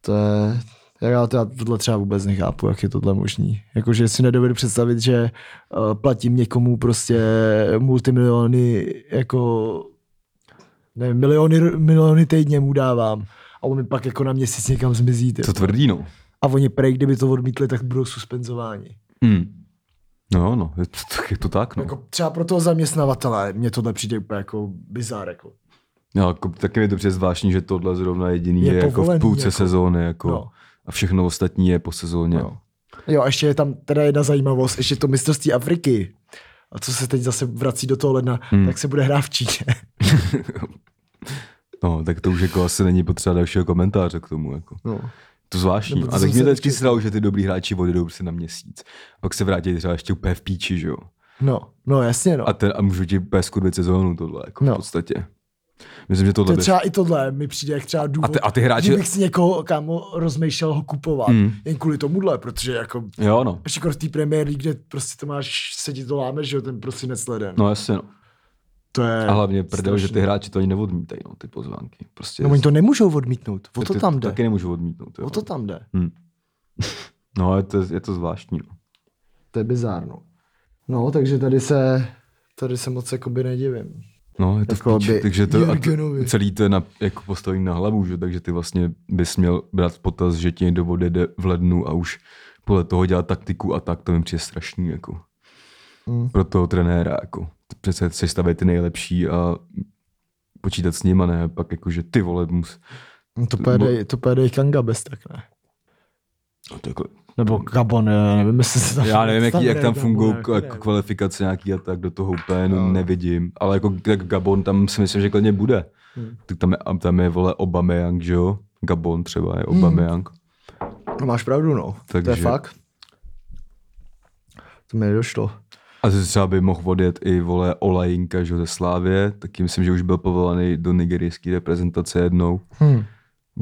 to je, jak já, to, já tohle třeba vůbec nechápu, jak je tohle možný. Jakože si nedovedu představit, že uh, platím někomu prostě multimiliony, jako nevím, miliony, miliony týdně mu dávám a on mi pak jako na měsíc někam zmizí. Ty.
To tvrdí, no.
A oni prej, kdyby to odmítli, tak budou suspenzováni.
Hmm. No, no, je to, tak- je to tak, no.
Jako třeba pro toho zaměstnavatele mě tohle přijde úplně jako bizár. Jako.
no jako, taky mi to přijde zvláštní, že tohle zrovna jediný je,
Je
je jako v
povolený,
půlce
jako.
sezóny, jako.
No.
A všechno ostatní je po sezóně.
No. Jo, a ještě je tam teda jedna zajímavost, ještě to mistrovství Afriky, a co se teď zase vrací do toho ledna,
Hmm.
hmm. tak se bude hrát v Číně.
no. tak to už jako asi není potřeba dalšího komentáře k tomu, jako.
No.
To zvláštní.
Nebo to
A tak
jsem
mě
se
to vždycky
vždycky-
sralo, že ty dobrý hráči odjedou si na měsíc. Pak se vrátí třeba ještě úplně v píči, že jo.
no, no jasně, no.
A, ten, a můžu ti bez kurvit sezónu tohle, jako no. v
No.
podstatě. Myslím, že tohle
To je
by...
třeba i tohle mi přijde jak třeba důvod,
A ty- a ty hráči-
že bych si někoho, kámo, rozmýšlel ho kupovat,
Mm.
mm. jen kvůli tomuhle, protože jako
Jo, no.
ještě jako v té Premier League, kde prostě to máš, se ti to láme, že jo, ten prosinec leden.
No jasně, no.
To je
A hlavně prdel, že
strašný.
ty hráči to ani neodmítají, no, ty pozvánky. Prostě
No oni to nemůžou odmítnout, o to
ty-
tam jde,
Taky nemůžu odmítnout. Jo.
o to tam jde.
No, je to, je to zvláštní. No.
To je bizárno. No, takže tady se, tady se moc jakoby nedivím.
No, je to
Jako
v píči,
by
takže to, a to
Jürgenovi.
celý to je na, jako postavení na hlavu, že? takže ty vlastně bys měl brát v potaz, že ti někdo odjede v lednu a už podle toho dělat taktiku a tak, to mi přijde strašný, jako.
Mm.
Pro toho trenéra, jako. Přece sestavit ty nejlepší a počítat s nima, ne, pak jako, že ty vole, mus...
No To pojede, to pojede i Kanga bez tak, ne?
No, to jako,
Nebo Gabon, já nevím, jestli se tam...
já nevím, jak, jak tam
Gabon,
fungují
jako
k-
nevím.
k- kvalifikace nějaký a tak, do toho úplně
No.
no. nevidím. Ale jako tak Gabon tam si myslím, že klidně bude.
Hmm.
Tak tam je, a tam je vole Obameyang, že jo? Gabon třeba je
Hmm.
Obameyang.
No máš pravdu, no. Takže... To je
Takže-
fakt. To mi nedošlo.
A zase třeba by mohl odjet i vole Olajinka, že jo, ze Slávě, taky myslím, že už byl povolaný do nigerijské reprezentace jednou.
Hmm.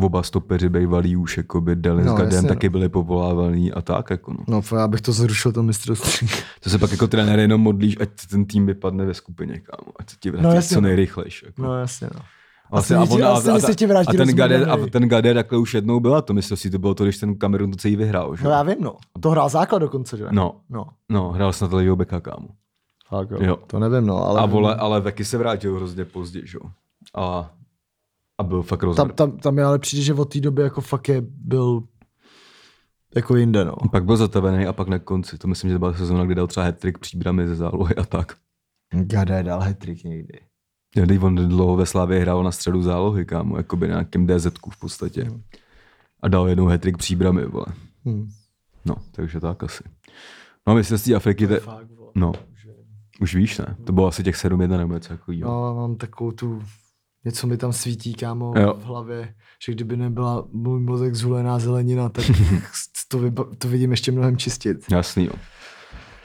Oba stopeři bývalí už, jako by Delen
No,
no, s Gardem
jasně, no.
taky byli povolávaný a tak, jako no.
No, já bych to zrušil, to mistrovství.
To se pak jako trenér jenom modlíš, ať ten tým vypadne ve skupině, kámo, ať se ti vrátí
No,
no,
jasně,
co
no.
nejrychlejší. Jako.
No, jasně, no.
A, se, a,
stejně ti-
on, a,
a
a,
stejně se ti
a,
vrátí
a, ten Gade, a
rozmazaný.
ten Gade takhle už jednou byla, to myslím si, to bylo to, když ten Kamerun to celý vyhrál, že?
No,
jo?
já vím, no. To hrál základ dokonce, že?
No,
No,
no, hrál snad levýho beka, kámo.
fakt jo.
Jo.
To nevím, no, ale...
A vole, ale taky se vrátil hrozně pozdě, že jo. A, a byl fakt
Tam,
rozhodný.
tam, tam je ale přijde, že od té doby jako fakt je byl jako jinde, no.
Pak byl zatavený a pak na konci, to myslím, že to byla sezóna, kdy dal třeba hat-trick příbramy ze zálohy a tak.
Gade dal hat-trick někdy.
Já, Když on dlouho ve Slávě hrál na středu zálohy, kámo, jako by na nějakém dz v podstatě. A dal jednou hat-trick příbramy, vole.
Hmm.
No, takže tak asi. No, myslím, z té Afriky, te...
Fakt, vole.
no, už víš, ne? To bylo asi těch 7-1 nebo něco jako jo.
No, mám takovou tu... Něco mi tam svítí, kámo,
Jo.
v hlavě, že kdyby nebyla můj mozek zhulená zelenina, tak to, vyba- to vidím ještě mnohem čistit.
Jasný, jo.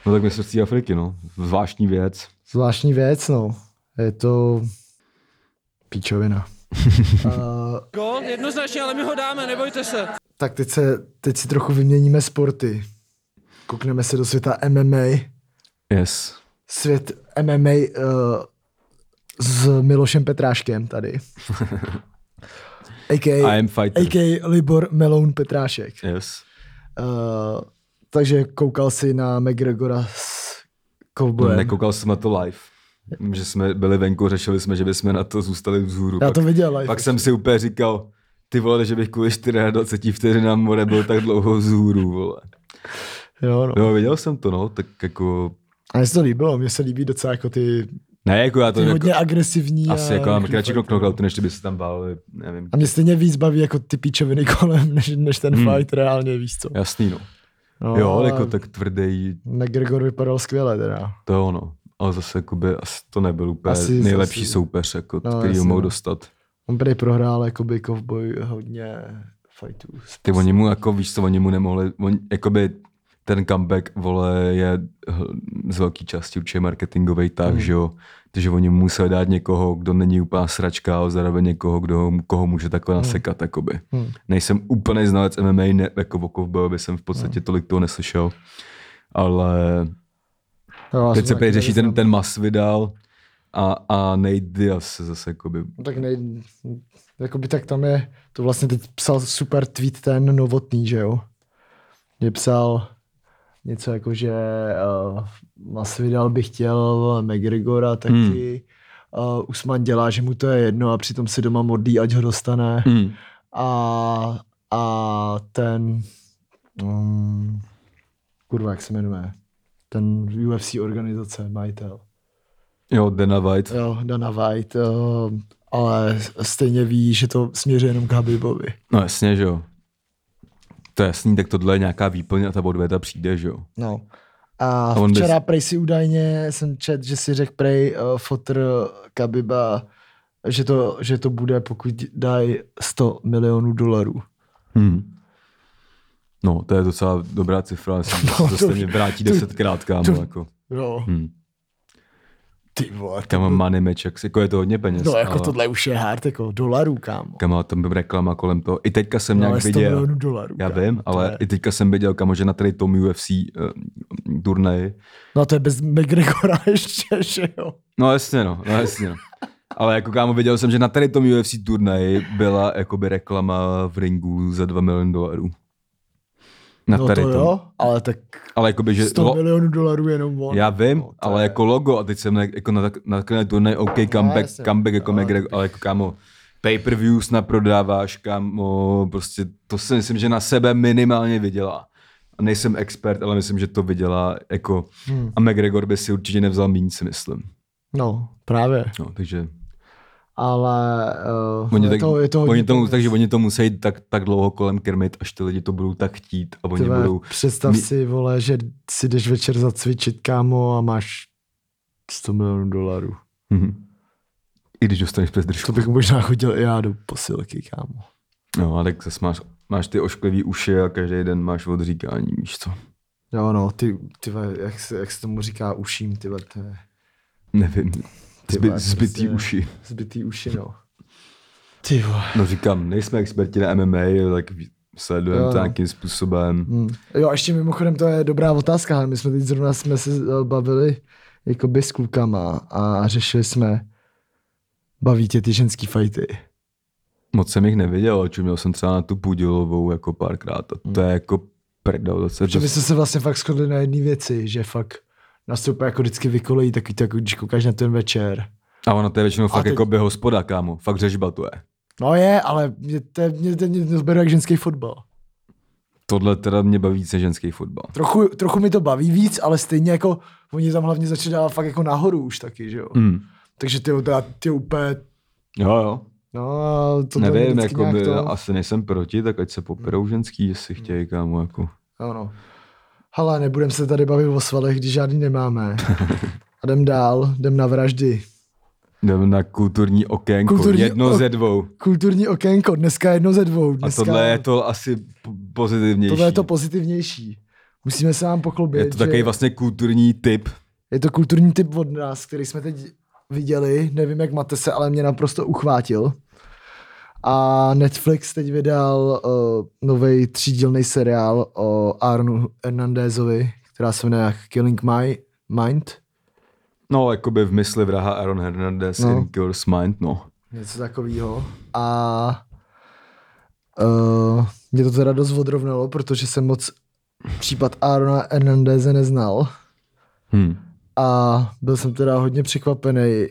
No tak myslím z té Afriky, no. Zvláštní věc.
Zvláštní věc, no. Je to... Píčovina. uh,
Gol, jednoznačně, ale my ho dáme, nebojte se.
tak teď, se, teď si trochu vyměníme sporty. Koukneme se do světa MMA.
Yes.
svět MMA uh, s Milošem Petráškem tady.
I
AK,
am fighter.
AK Libor Meloun Petrášek.
Yes.
Uh, takže koukal si na McGregora s
No,
Cowboyem.
nekoukal jsem na to live. Vím, Že jsme byli venku, řešili jsme, že bychom na to zůstali vzhůru.
Já
Pak-
to viděl live.
Pak jsem si úplně říkal, ty vole, že bych kvůli 24 vteřinám more byl tak dlouho vzhůru, vole.
Jo, no.
Jo, viděl jsem to, no, tak jako...
A mně se to líbilo, mně se líbí docela jako ty,
Ne, jako já to
ty hodně
jako,
agresivní.
asi
a
jako mám
rychlý
kratší
fighter.
krok knockoutu, než ty by se tam bál, nevím.
A mě stejně víc baví jako ty píčoviny kolem, než, než ten
Hmm.
fight reálně, víš co.
Jasný, no.
No,
Jo,
ale
jako tak tvrdý,
McGregor vypadal skvěle teda.
to je ono. Ale zase jakoby, asi to nebyl úplně
Asi-
nejlepší
asi-
soupeř, jako,
No,
no, který ho
jasně,
mohl
no.
dostat.
On prý prohrál jakoby kovboj hodně fightů.
Ty oni mu, jako víš co, oni mu nemohli, on, jakoby ten comeback, vole, je hl, z velké části určitě marketingový
Hmm.
tak, že jo. Takže oni mu museli dát někoho, kdo není úplná sračka, ale zároveň někoho, kdo, ho- koho může takhle
Hmm.
nasekat, jakoby. Nejsem úplný znalec MMA, ne, jako o kovbojovi jsem v podstatě
Hmm.
tolik toho neslyšel. Ale
Jo, já
teď
jsem
se
taky
prý řeší ten,
neznám.
ten mas vydal a, a Nate Diaz se zase jakoby
No Tak nej... Jakoby tak tam je, to vlastně teď psal super tweet ten novotný, že jo? Mě psal něco jako, že uh, Masvidal by chtěl McGregora taky. Hmm. Uh, Usman dělá, že mu to je jedno a přitom si doma modlí, ať ho dostane.
Hmm.
A, a ten, um, kurva, jak se jmenuje, ten UFC organizace, majitel.
Jo, Dana White.
Jo, Dana White, uh, ale stejně ví, že to směřuje jenom k Habibovi.
No jasně, že jo. To je jasný, tak tohle je nějaká výplň a ta odveta přijde, že jo.
No. A,
A on
včera prej si údajně jsem čet, že si řekl prej uh, fotr Kabiba, že to, že to bude, pokud dají 100 milionů dolarů.
Hmm. No, to je docela dobrá cifra, myslím,
No,
no, to,
to-
se mě vrátí
to-
desetkrát, kámo,
to-
jako.
No,
Hmm.
ty vole.
Kámo, money match, jak- jako je to hodně peněz.
No, jako
ale-
tohle už je hard, jako dolarů, kámo.
Kámo, tam byla reklama kolem toho. I teďka jsem
No,
nějak
ale 100
viděl.
milionů dolarů.
Já
kámo,
vím,
to
ale
je-
i teďka jsem viděl, kamo, že na tady tom UFC uh, turnaji.
No a to je bez McGregora ještě, že jo?
No jasně no, no jasně no. Ale jako kámo, viděl jsem, že na tady tom UFC turnaji byla jakoby reklama v ringu za 2 miliony dolarů. Na
no to
tady tom.
jo, ale tak
Ale jakoby, že
100
lo-
milionů dolarů jenom on.
Já vím, no,
to
ale
je-
jako logo, a teď jsem na, jako na, tak- na takový turnaj, OK, comeback,
jasně,
no, comeback jako
ale-
no, McGregor, ale jako kámo, pay-per-views naprodáváš, kámo, prostě to si myslím, že na sebe minimálně vydělá. nejsem expert, ale myslím, že to vydělá jako
Hm.
hmm. a McGregor by si určitě nevzal míň, si myslím.
No, právě.
No, takže
Ale uh,
oni,
je,
tak,
to, je to hodně
oni to,
peněz.
takže oni to musí jít tak, tak dlouho kolem krmit, až ty lidi to budou tak chtít a oni
Tyhle,
budou...
Představ
mí-
si, vole, že si jdeš večer zacvičit, kámo, a máš 100 milionů dolarů.
Mhm. I když dostaneš přes držku.
To bych možná chodil i já do posilky, kámo.
No a tak zase máš, máš ty ošklivý uši a každý den máš odříkání, víš co.
Jo, no, ty, ty vole, jak, se, jak se tomu říká uším, ty vole, to je
Nevím.
Ty
Zby,
vole,
zbytý
prostě.
uši.
zbytý uši, no. Ty vole.
No říkám, nejsme experti na MMA, tak sledujeme
Jo,
to
no.
nějakým způsobem.
Hmm. Jo, a ještě mimochodem, to je dobrá otázka, ale my jsme teď zrovna jsme se eh, bavili jakoby s klukama a řešili jsme, baví tě ty ženský fajty.
Moc jsem jich neviděl, čím měl jsem třeba na tu půdělovou jako párkrát a to
Hmm.
je jako prdel docela.
Že my jsme se vlastně fakt shodli na jedné věci, že fakt nás to úplně jako vždycky vykolejí, takový to, jako když koukáš na ten večer.
A ono to je většinou fakt
teď-
jako by hospoda, kámo. Fakt řežba to je.
No je, ale mě, to, mě, to, mě to zberu jak ženský fotbal.
Tohle teda mě baví se ženský fotbal.
Trochu, trochu mi to baví víc, ale stejně jako oni tam hlavně začali dávat fakt jako nahoru už taky, že jo. Mm.
Mm.
Takže ty, jo, teda, ty úplně,
Jo, jo.
no a to
To Nevím,
vždycky
jako
nějak
by,
to... Hmm.
asi nejsem proti, tak ať se poperou ženský, jestli chtějí, kámo, jako.
Ano. Hele, nebudem se tady bavit o svalech, když žádný nemáme. A jdem dál, jdem na vraždy.
Jdeme na kulturní okénko,
Kulturní
jedno
ok-
ze dvou.
Kulturní okénko, dneska jedno ze dvou.
A
Dneska...
tohle je to asi p- pozitivnější.
Tohle je to pozitivnější. Musíme se vám pochlubit.
je to takový
že
vlastně kulturní typ.
je to kulturní typ od nás, který jsme teď viděli. Nevím, jak máte se, ale mě naprosto uchvátil. A Netflix teď vydal uh, nový třídílný seriál o Arnu Hernandézovi, která se jmenuje Killing My Mind.
No, jakoby v mysli vraha Aaron Hernandez
No.
no. in Killer's Mind, no.
Něco takového. A uh, mě to teda dost odrovnalo, protože jsem moc případ Arona Hernandeze neznal.
Hm.
A byl jsem teda hodně překvapený,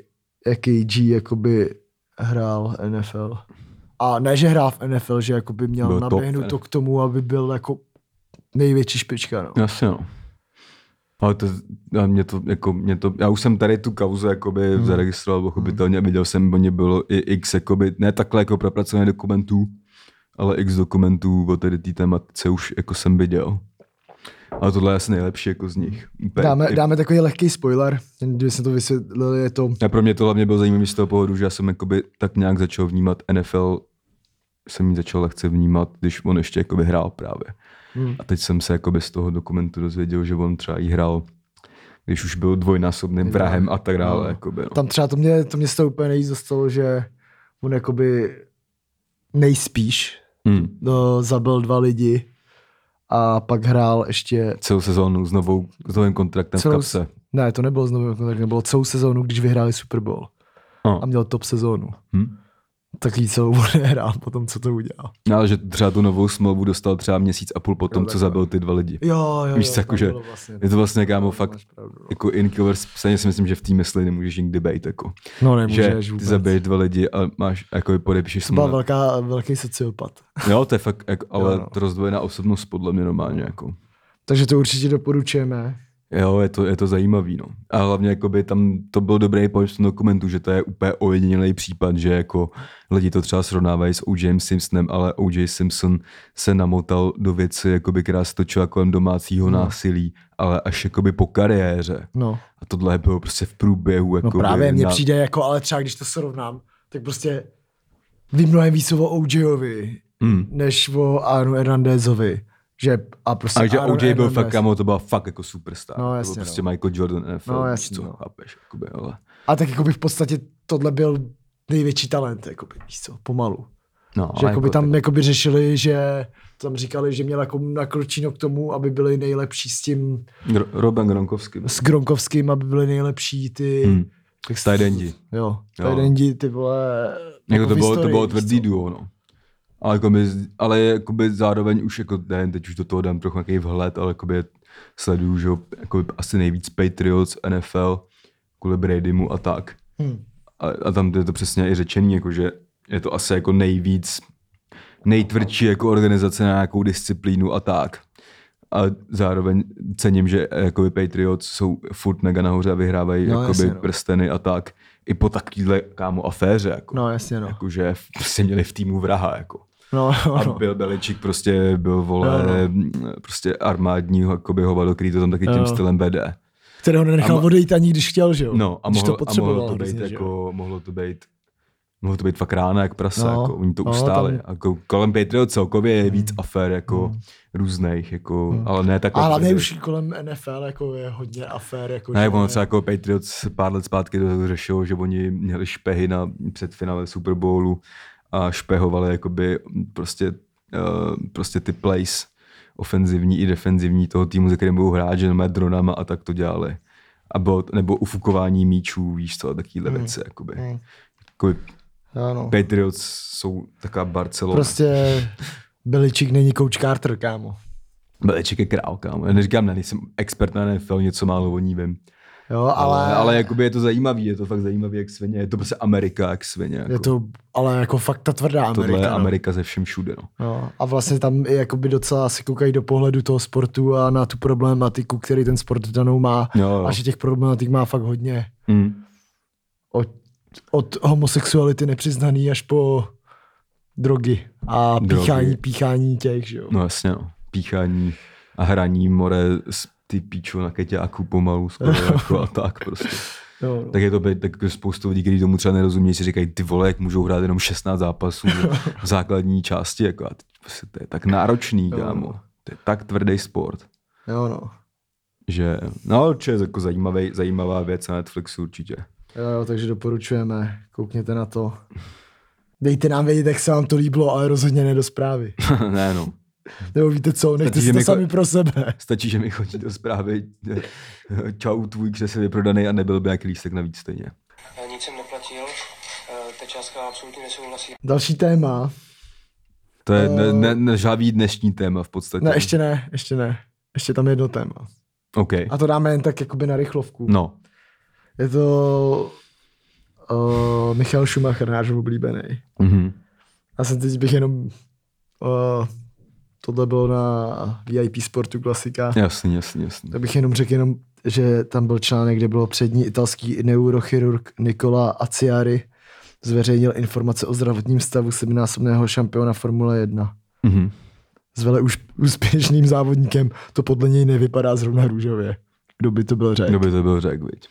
jaký G jakoby hrál NFL. A ne, že hrál v NFL, že jakoby měl
Byl
byl
top
naběhnout to k tomu, aby byl jako největší špička. No.
Jasně, no. Ale to, a mě to, jako, mě to, já už jsem tady tu kauzu jakoby hmm. zaregistroval pochopitelně a viděl jsem, o ně bylo i x, jakoby, ne takhle jako propracovaných dokumentů, ale x dokumentů o tady té tematice už jako jsem viděl. Ale tohle je asi nejlepší jako z nich. Úplně
Dáme,
i-
dáme takový lehký spoiler, jen kdyby jsme to vysvětlili, je to
A pro mě to hlavně bylo zajímavé z toho pohledu, že já jsem jakoby tak nějak začal vnímat NFL, jsem ji začal lehce vnímat, když on ještě jakoby hrál právě. Hmm. A teď jsem se jakoby z toho dokumentu dozvěděl, že on třeba jí hrál, když už byl dvojnásobným vrahem a tak dále.
No.
No. Jakoby, no.
Tam třeba to mě, to mě z toho úplně nejvíc dostalo, že on jakoby nejspíš
hmm.
no, zabil dva lidi a pak hrál ještě
Celou sezónu s, novou, s novým kontraktem
celou...
v kapse.
Ne, to nebylo znovu, tak nebylo celou sezónu, když vyhráli Super Bowl
No.
a měl top sezónu.
Hm.
Tak jí celou on nehrál po tom, co to udělal.
No, ale že třeba tu novou smlouvu dostal třeba měsíc a půl po tom, co
takhle.
zabil ty dva lidi.
Jo, jo,
Víš,
jo,
tak
tam
že
bylo vlastně,
Je to vlastně kámo
no,
fakt
máš pravdu, no.
jako in killers, stejně si myslím, že v té mysli nemůžeš nikdy být jako.
No
že
nemůžeš
ty
vůbec.
zabiješ dva lidi a máš, jako podepíšeš
To byla
smlouvu.
velká, velký sociopat.
Jo, to je fakt, jako, ale
Jo,
jo,
no.
no. rozdvojená osobnost podle mě normálně. Jako.
Takže to určitě doporučujeme.
Jo, je to, je to zajímavý, no. A hlavně jakoby, tam to byl dobrý point v tom dokumentu, že to je úplně ojedinělý případ, že jako lidi to třeba srovnávají s O.J. Simpsonem, ale O.J. Simpson se namotal do věci, jakoby, která se točila kolem domácího
No.
no. násilí, ale až jakoby po kariéře.
No.
A tohle bylo prostě v průběhu.
No
Jakoby,
právě, mně přijde jako, ale třeba když to srovnám, tak prostě vím mnohem víc o OJovi,
Mm.
než o Aaronu Hernandezovi. Že, a prostě
A že
Aaron
O.J. byl
Hernandez.
fakt, kamo, to byla fakt jako superstar.
No,
to
jasně,
byl prostě
no.
Michael Jordan NFL,
No,
víš
jasně,
co,
no.
chápeš, jakoby, ale...
A tak jako by v podstatě tohle byl největší talent, jako by, víš co, pomalu.
No,
Že
ale
jako by
tak-
tam jako by řešili, že tam říkali, že měl jako nakročeno k tomu, aby byli nejlepší s tím,
Ro- Robin Gronkovský.
s Gronkovským, aby byli nejlepší ty...
Hmm.
jak se-
Tight endi.
Jo,
Jo.
tight endi, ty vole...
Jako to,
v
bylo, to
historii,
bylo
víš
tvrdý
co.
duo, no. Ale, jako by, ale jako by zároveň už, jako, ne, teď už do toho dám trochu nějaký vhled, ale jako by sleduju, že jo, jako by asi nejvíc Patriots, NFL, kvůli Bradymu a tak.
Hmm.
A, a tam je to přesně i řečený, jako, že je to asi jako nejvíc, nejtvrdší jako organizace na nějakou disciplínu a tak. a zároveň cením, že eh, jakoby Patriots jsou furt mega nahoře a vyhrávají
No,
no, jakoby
jasně, no.
prsteny a tak. I po takovýhle kámo aféře, jako, no.
No, jasně, no.
jakože prostě měli v týmu vraha, jako.
No, no,
A
no.
byl Beličík prostě byl, vole,
No,
prostě armádního jakoby hovado, který to tam taky tím
Jo.
stylem vede.
Kterého nenechal odejít ani když chtěl, že jo?
No a
když
mohlo,
to
to, a mohlo
potřeboval.
to být
hrozně, že jo?
jako, mohlo to být Mohlo to být fakt rána jak prase,
No,
no, jako, oni to
no,
no, ustáli.
tam- Hmm.
Tam... Jako, kolem Patriot celkově je víc afér, jako různých, jako, ale ne
A
takové.
hlavně
že-
už kolem NFL jako je hodně afér. Jako,
Ne,
že-
ono třeba jako Patriots pár let zpátky to řešilo, že oni měli špehy na předfinále Super Bowlu a špehovali jakoby prostě, uh, prostě ty plays ofenzivní i defenzivní toho týmu, ze kterým budou hrát, že nemají dronama a tak to dělali. A bylo, nebo ufukování míčů, víš co, a takovýhle hmm. věci. Jakoby.
Hmm.
Hmm. jakoby
Ano.
Patriots jsou taková Barcelona. Prostě.
Prostě Beličík není coach Carter, kámo.
Beleček je král, kámo. Já neříkám, ne, nejsem expert na NFL, něco málo o ní vím.
Jo, ale,
Ale, ale jakoby je to zajímavý, je to fakt zajímavý jak svině, je to prostě Amerika jak svině. Jako.
je to ale jako fakt ta tvrdá Amerika.
Tohle je
no.
Amerika ze všem všude. No.
No, a vlastně tam i jakoby docela se koukají do pohledu toho sportu a na tu problematiku, který ten sport danou má.
Jo, jo.
A že těch problematik má fakt hodně.
Mm.
Od, od homosexuality nepřiznaný až po drogy a
Drogy.
píchání, píchání těch, že jo.
no jasně, no. píchání a hraní more s ty píču na ketě a pomalu skoro jako a tak prostě.
Jo, no.
Tak je to být, tak spoustu lidí, kteří tomu třeba nerozumí, si říkají, ty vole, jak můžou hrát jenom 16 zápasů v základní části, jako a teď prostě to je tak náročný, kámo. To je tak tvrdý sport.
jo, no.
Že, no, určitě je jako zajímavý, zajímavá věc na Netflixu určitě.
Jo, jo, takže doporučujeme, koukněte na to. Dejte nám vědět, jak se vám to líbilo, ale rozhodně ne do zprávy.
ne, no.
Nebo víte co, nechte
Stačí,
si
že
to
mi-
sami pro sebe.
Stačí, že mi chodí do zprávy eh, čau, tvůj křes je vyprodaný a nebyl by nějaký lístek navíc stejně.
Nic jsem neplatil, eh, ta částka absolutně nesouhlasí.
Další téma.
To je ne, ne, nežavý dnešní téma v podstatě.
Ne, ještě ne, ještě ne. Ještě tam jedno téma.
OK.
A to dáme jen tak jakoby na rychlovku.
No,
Je to uh, Michal Schumacher, náš oblíbený.
mhm.
Já jsem teď bych jenom... Uh, tohle bylo na VIP Sportu Klasika.
jasný, jasný, jasný.
Já bych jenom řekl jenom, že tam byl článek, kde bylo přední italský neurochirurg Nikola Aciari zveřejnil informace o zdravotním stavu sedminásobného šampiona Formule 1.
Mhm.
S vele už úspěšným závodníkem to podle něj nevypadá zrovna růžově. Kdo by to byl řekl?
Kdo by to byl řekl, viď?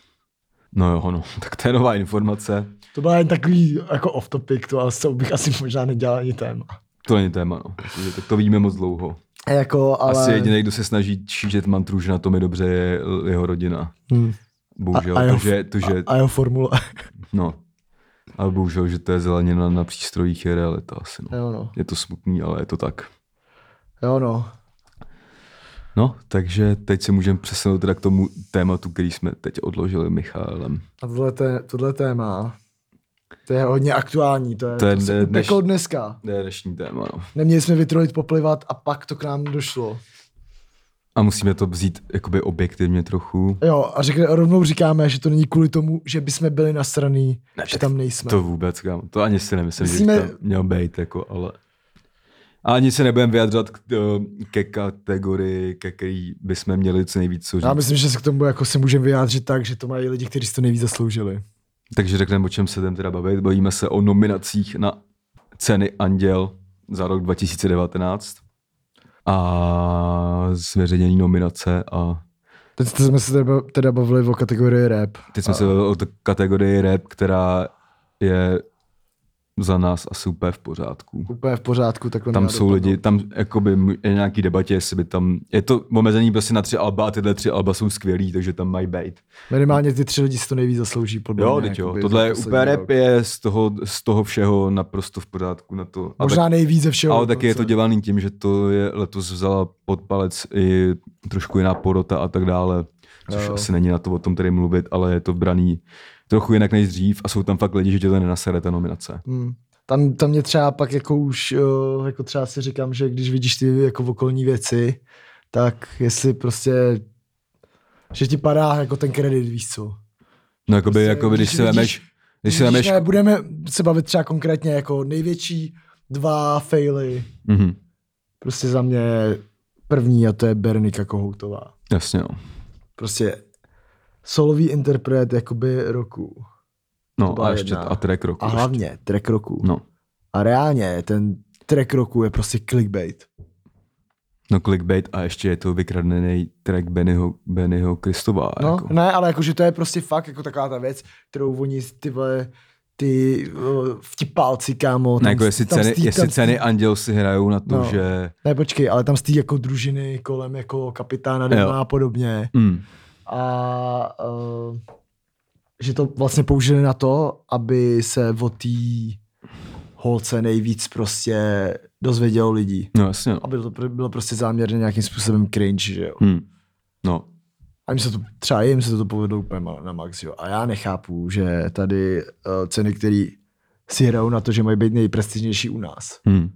No jo, no, tak to je nová informace.
To byl jen takový jako off topic, to asi to bych asi možná nedělal ani téma.
To není téma, no. Takže tak to vidíme moc dlouho.
A Jako, ale...
Ale... Asi jediný, kdo se snaží šířit mantru, že na tom je dobře, je l- jeho rodina.
Hmm.
Bohužel,
a jeho-
to, že, to, že,
A jeho formule.
no. Ale bohužel, že to je zelenina na přístrojích je realita asi, no.
jo no.
Je to smutný, ale je to tak.
Jo no.
No, takže teď se můžeme přesunout teda k tomu tématu, který jsme teď odložili Michálem.
A tohle, té, tohle téma, to je hodně aktuální, to je,
To je
se
dne-
upeklo dneska.
To je dnešní téma, no.
Neměli jsme vytrojit poplivat a pak to k nám došlo.
A musíme to vzít jakoby objektivně trochu.
Jo, a řekne, rovnou říkáme, že to není kvůli tomu, že bychom byli nasraný, ne, že
tak
tam nejsme.
To vůbec, kámo. To ani si nemyslím,
Musíme-
Musíme... že bych tam měl být, jako, ale... A ani se nebudeme vyjadřovat k, eh, ke kategorii, ke který bychom měli co nejvíc co říct.
Já myslím, že se k tomu jako se můžeme vyjádřit tak, že to mají lidi, kteří si to nejvíc zasloužili.
Takže řekneme, o čem se jdem teda bavit. Bavíme se o nominacích na ceny Anděl za rok 2019 a zveřejnění nominace a
Teď jsme se teda- teda bavili o kategorii rap.
Teď jsme se bavili o t- kategorii rap, která je za nás asi úplně v pořádku.
Úplně v pořádku, takhle
Tam
měla
jsou
dopadnout.
lidi, tam jakoby mu- je nějaký debatě, jestli by tam, je to omezení prostě na tři alba a tyhle tři alba jsou skvělí, takže tam mají být.
Minimálně ty tři lidi si to nejvíc zaslouží, podle
Jo,
mě.
teď jo,
jakoby,
tohle
za
je
poslední
úplně rap,
rok.
je z toho, z toho všeho naprosto v pořádku na to. A
Možná
tak,
nejvíc ze všeho.
ale taky je to
dokonce.
dělaný tím, že to je letos vzala pod palec i trošku jiná porota a tak dále, což
Jo.
asi není na to o tom tady mluvit, ale je to braný trochu jinak než dřív a jsou tam fakt lidi, že tě to nenasere ta nominace.
Hmm. Tam, tam mě třeba pak jako už, jo, jako třeba si říkám, že když vidíš ty jako okolní věci, tak jestli prostě, že ti padá jako ten kredit, víš co.
No jakoby,
Prostě,
prostě, jakoby když,
když
se
vidíš-
vemeš, když se
Když
vemeš,
ne, budeme se bavit třeba konkrétně jako největší dva faily,
mhm.
prostě za mě první a to je Berenika Kohoutová.
Jasně, no.
Prostě solový interpret jakoby roku. To
No
byla
a ještě
jedna.
a track roku.
A
ještě.
hlavně track roku.
No,
A reálně ten track roku je prostě clickbait.
no clickbait a ještě je to vykradený track Bennyho, Bennyho Kristova.
No,
jako.
jako. ne, ale jakože to je prostě fakt jako taková ta věc, kterou oni ty vole, ty uh, vtipálci, kámo.
ne, jako
s-
jestli,
z
ceny,
tý-
jestli
z tý-
ceny Anděl si hrajou na to,
No.
no. že...
Ne, počkej, ale tam z té jako družiny kolem jako kapitána Dema a podobně.
Mm,
A uh, že to vlastně použili na to, aby se o té holce nejvíc prostě dozvědělo lidí.
no jasně, no.
A bylo to bylo prostě záměrně nějakým způsobem cringe, že jo.
Mm, no.
A jim se to, třeba jim se to povedlo úplně ma- na max, jo. A já nechápu, že tady uh, ceny, které si hrajou na to, že mají být nejprestižnější u nás,
Mm,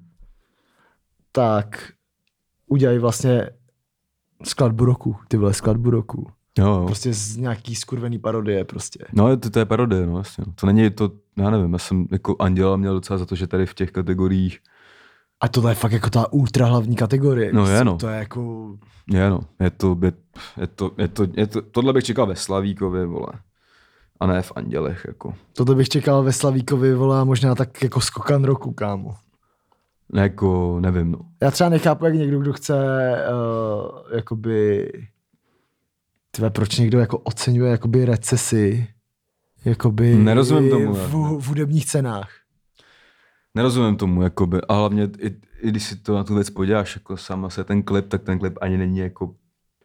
tak udělají vlastně skladbu roku, ty vole skladbu roku.
jo, jo.
Prostě z nějaký skurvený parodie prostě.
No, to, to je parodie, no jasně. no. To není to, já nevím, já jsem jako Anděla měl docela za to, že tady v těch kategoriích,
A tohle je fakt jako ta ultra hlavní kategorie.
No
prostě,
je, no.
To je jako,
je no, je to, je, je to, je to, je to, tohle bych čekal ve Slavíkově, vole. A ne v Andělech, jako.
toto bych čekal ve Slavíkovi, volá možná tak jako skokan roku, kámo.
Ne, jako, nevím, no.
Já třeba nechápu, jak někdo, kdo chce uh, jakoby... Tve, proč někdo jako oceňuje jakoby recesi jakoby
Nerozumím tomu,
v,
já.
v hudebních cenách.
Nerozumím tomu, jakoby, a hlavně i, i když si to na tu věc podíváš, jako sama se ten klip, tak ten klip ani není jako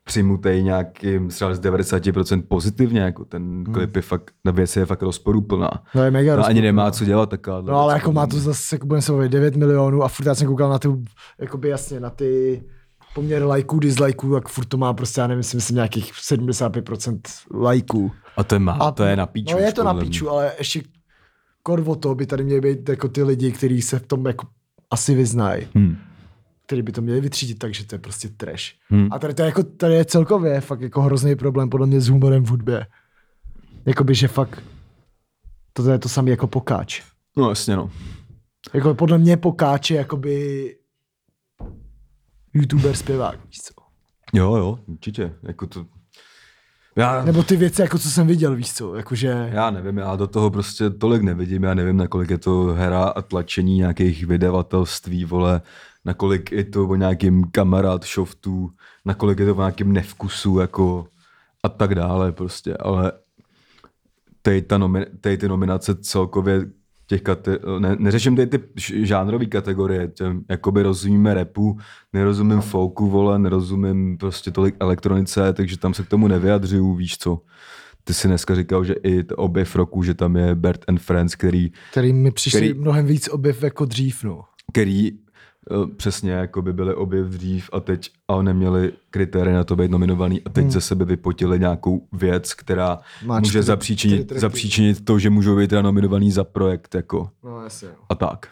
přijmutej nějakým třeba z 90% pozitivně, jako ten klip je fakt, ta věc je fakt rozporuplná.
No Hmm. je mega
No, ani
rozporuplná.
nemá co dělat taková.
No ale jako má
Hmm.
to zase, jako budeme se bavit, 9 milionů a furt já jsem koukal na ty, jakoby jasně, na ty poměr lajků, dislajků, tak furt to má prostě, já nevím, si myslím nějakých 75% lajků.
A to je, má,
A-
to je na píču.
No je
už
to na
podle mě.
píču, ale ještě korvo to by tady měli být jako ty lidi, kteří se v tom jako asi vyznají.
Hmm.
který by to měli vytřídit, takže to je prostě trash.
Hmm.
A tady to je, jako, tady je celkově fakt jako hrozný problém podle mě s humorem v hudbě. Jakoby, že fakt to je to samé jako pokáč.
No jasně no.
Jako podle mě pokáč je jakoby youtuber zpěvák, víš co?
Jo, jo, určitě. Jako to... Já,
Nebo ty věci, jako co jsem viděl, víš co? Jakože,
já nevím, já do toho prostě tolik nevidím, já nevím, nakolik je to hra a tlačení nějakých vydavatelství, vole, nakolik je to o nějakým kamarád šoftu, nakolik je to o nějakým nevkusu, jako a tak dále prostě, ale tady, ta nomi- tady ty nominace celkově těch kate- ne, neřeším tady ty ž- žánrové kategorie, těm, jakoby rozumíme repu, nerozumím folku, vole, nerozumím prostě tolik elektronice, takže tam se k tomu nevyjadřuju, víš co. Ty si dneska říkal, že i t- objev roku, že tam je Bert and Friends, který,
který mi přišli
Který-
mnohem víc objev jako dřív, no.
který eh, přesně jako by byly objev dřív a teď a neměli kritéria na to být nominovaný a teď hmm. ze sebe vypotili nějakou věc, která
Má čtyři-
může
čtyři
zapříčinit,
tracky.
zapříčinit to, že můžou být teda nominovaný za projekt jako
No jasně, no.
a tak.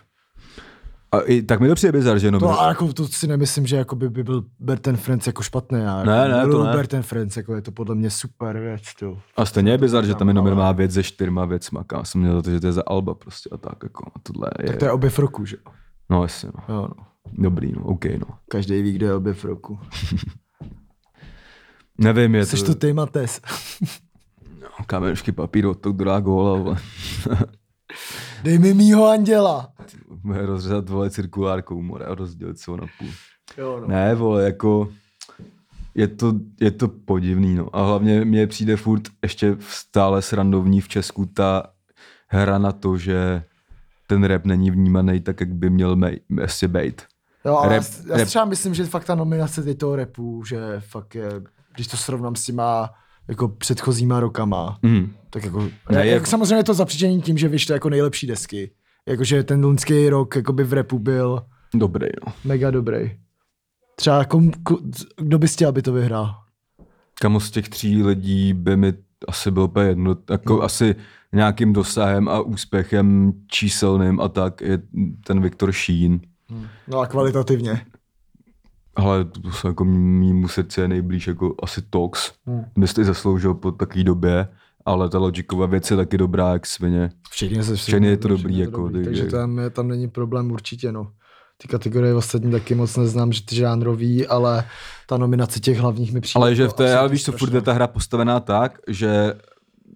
A i, tak mi to přijde bizar, že
To,
nominovaný.
a jako, to si nemyslím, že jako by, by byl Berten Friends jako špatný. Já
Ne,
jako
ne, to
miluju
ne.
Berten Friends, jako je to podle mě super věc. To.
A stejně je bizar, že tam je
Ale-
nominovaná věc ze čtyřma věcma. Já jsem měl za to, že to je za Alba prostě a tak. Jako. A tohle je...
Tak to je objev roku, že jo?
No jasně, no.
jo? No.
Dobrý, no, OK, no.
Každý ví, kdo je objev roku.
Nevím, je
Jsi
to...
to ty, Mates.
Kamenečky papíru, to druhá góla, vole.
Dej mi mýho anděla.
Bude rozřezat, vole, cirkulárkou more a rozdělit se ho na půl.
Jo, no.
Ne, vole, jako je to, je to podivný, no. A hlavně mně přijde furt ještě stále srandovní v Česku ta hra na to, že ten rap není vnímaný tak, jak by měl mej- asi být.
jo ale
Rap-
rap, já, si
rap-
třeba myslím, že fakt ta nominace teď toho repu, že fakt je, když to srovnám s těma jako předchozíma rokama,
Mm.
tak jako, ne,
Ne,
jako
je-
samozřejmě je to zapříčení tím, že vyšly jako nejlepší desky. Jakože ten loňský rok jakoby v repu byl
Dobrý, no.
mega dobrý. Třeba kom, ku, kdo bys chtěl, aby to vyhrál?
Kamo z těch tří lidí by mi asi bylo úplně jedno, jako
No.
asi nějakým dosahem a úspěchem číselným a tak je ten Viktor Šín.
No a kvalitativně.
Ale to jsou jako mýmu srdci je nejblíž jako asi Tox. Hmm. Myslím, zasloužil po takové době, ale ta logikova věc je taky dobrá jak svině.
Všichni se
Všechny je to dobrý,
všechno
jako,
dobrý,
takže-
takže tam, je, tam není problém určitě, no. ty kategorie ostatní taky moc neznám, že ty žánrový, ale ta nominace těch hlavních mi přijde.
Ale že v
jako
té, ale
absolutně
víš, co furt
strašná.
je ta hra postavená tak, že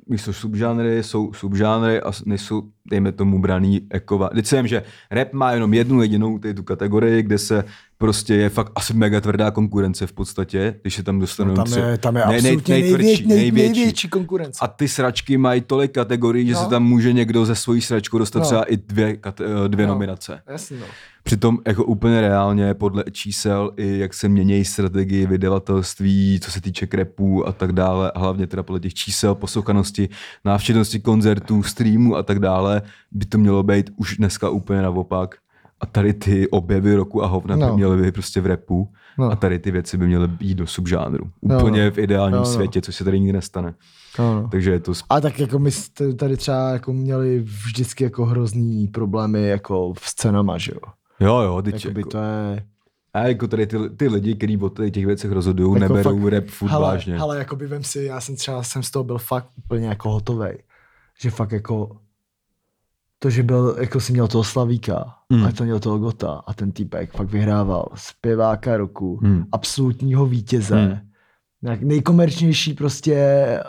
víš, jsou subžánry, jsou subžánry a s- nejsou, dejme tomu, braný ekova. Teď si vím, že rap má jenom jednu jedinou ty, tu kategorii, kde se prostě je fakt asi mega tvrdá konkurence v podstatě, když se tam dostanou
No tam
tři-
je, tam je
No, nej- nej-
absolutně
nejtvrdší,
největší,
největší.
největší konkurence.
A ty sračky mají tolik kategorií, že
No.
se tam může někdo ze svojí sračkou dostat
No.
třeba i dvě, kate- eh, dvě
No.
nominace.
Jasně, no.
Přitom jako úplně reálně podle čísel i jak se mění strategii vydavatelství, co se týče krepů a tak dále, a hlavně teda podle těch čísel, poslouchanosti, návštěvnosti koncertů, streamů a tak dále, by to mělo být už dneska úplně naopak. A tady ty objevy roku a hovna no. by
No.
měly být prostě v repu
No.
no. a tady ty věci by měly být do subžánru.
No,
Úplně
no.
v ideálním
No,
no,
no.
světě, což se tady nikdy nestane.
No, no.
Takže je to sp-
A tak jako my jste tady třeba jako měli vždycky jako hrozný problémy jako s cenama, že jo.
Jo, jo, teď
Jakoby
jako,
to je...
a jako tady ty, ty lidi, kteří o tady těch věcech rozhodují,
Jako
jako neberou
fakt-
rap furt
hele,
vážně.
hele, jakoby vem si, já jsem třeba, jsem z toho byl fakt úplně jako hotovej. Že fakt jako, to, že byl, jako si měl toho Slavíka,
Mm.
mm. a to měl toho Gota a ten týpek fakt vyhrával zpěváka roku,
Hmm.
absolutního vítěze,
Mm.
nějak nejkomerčnější prostě eh,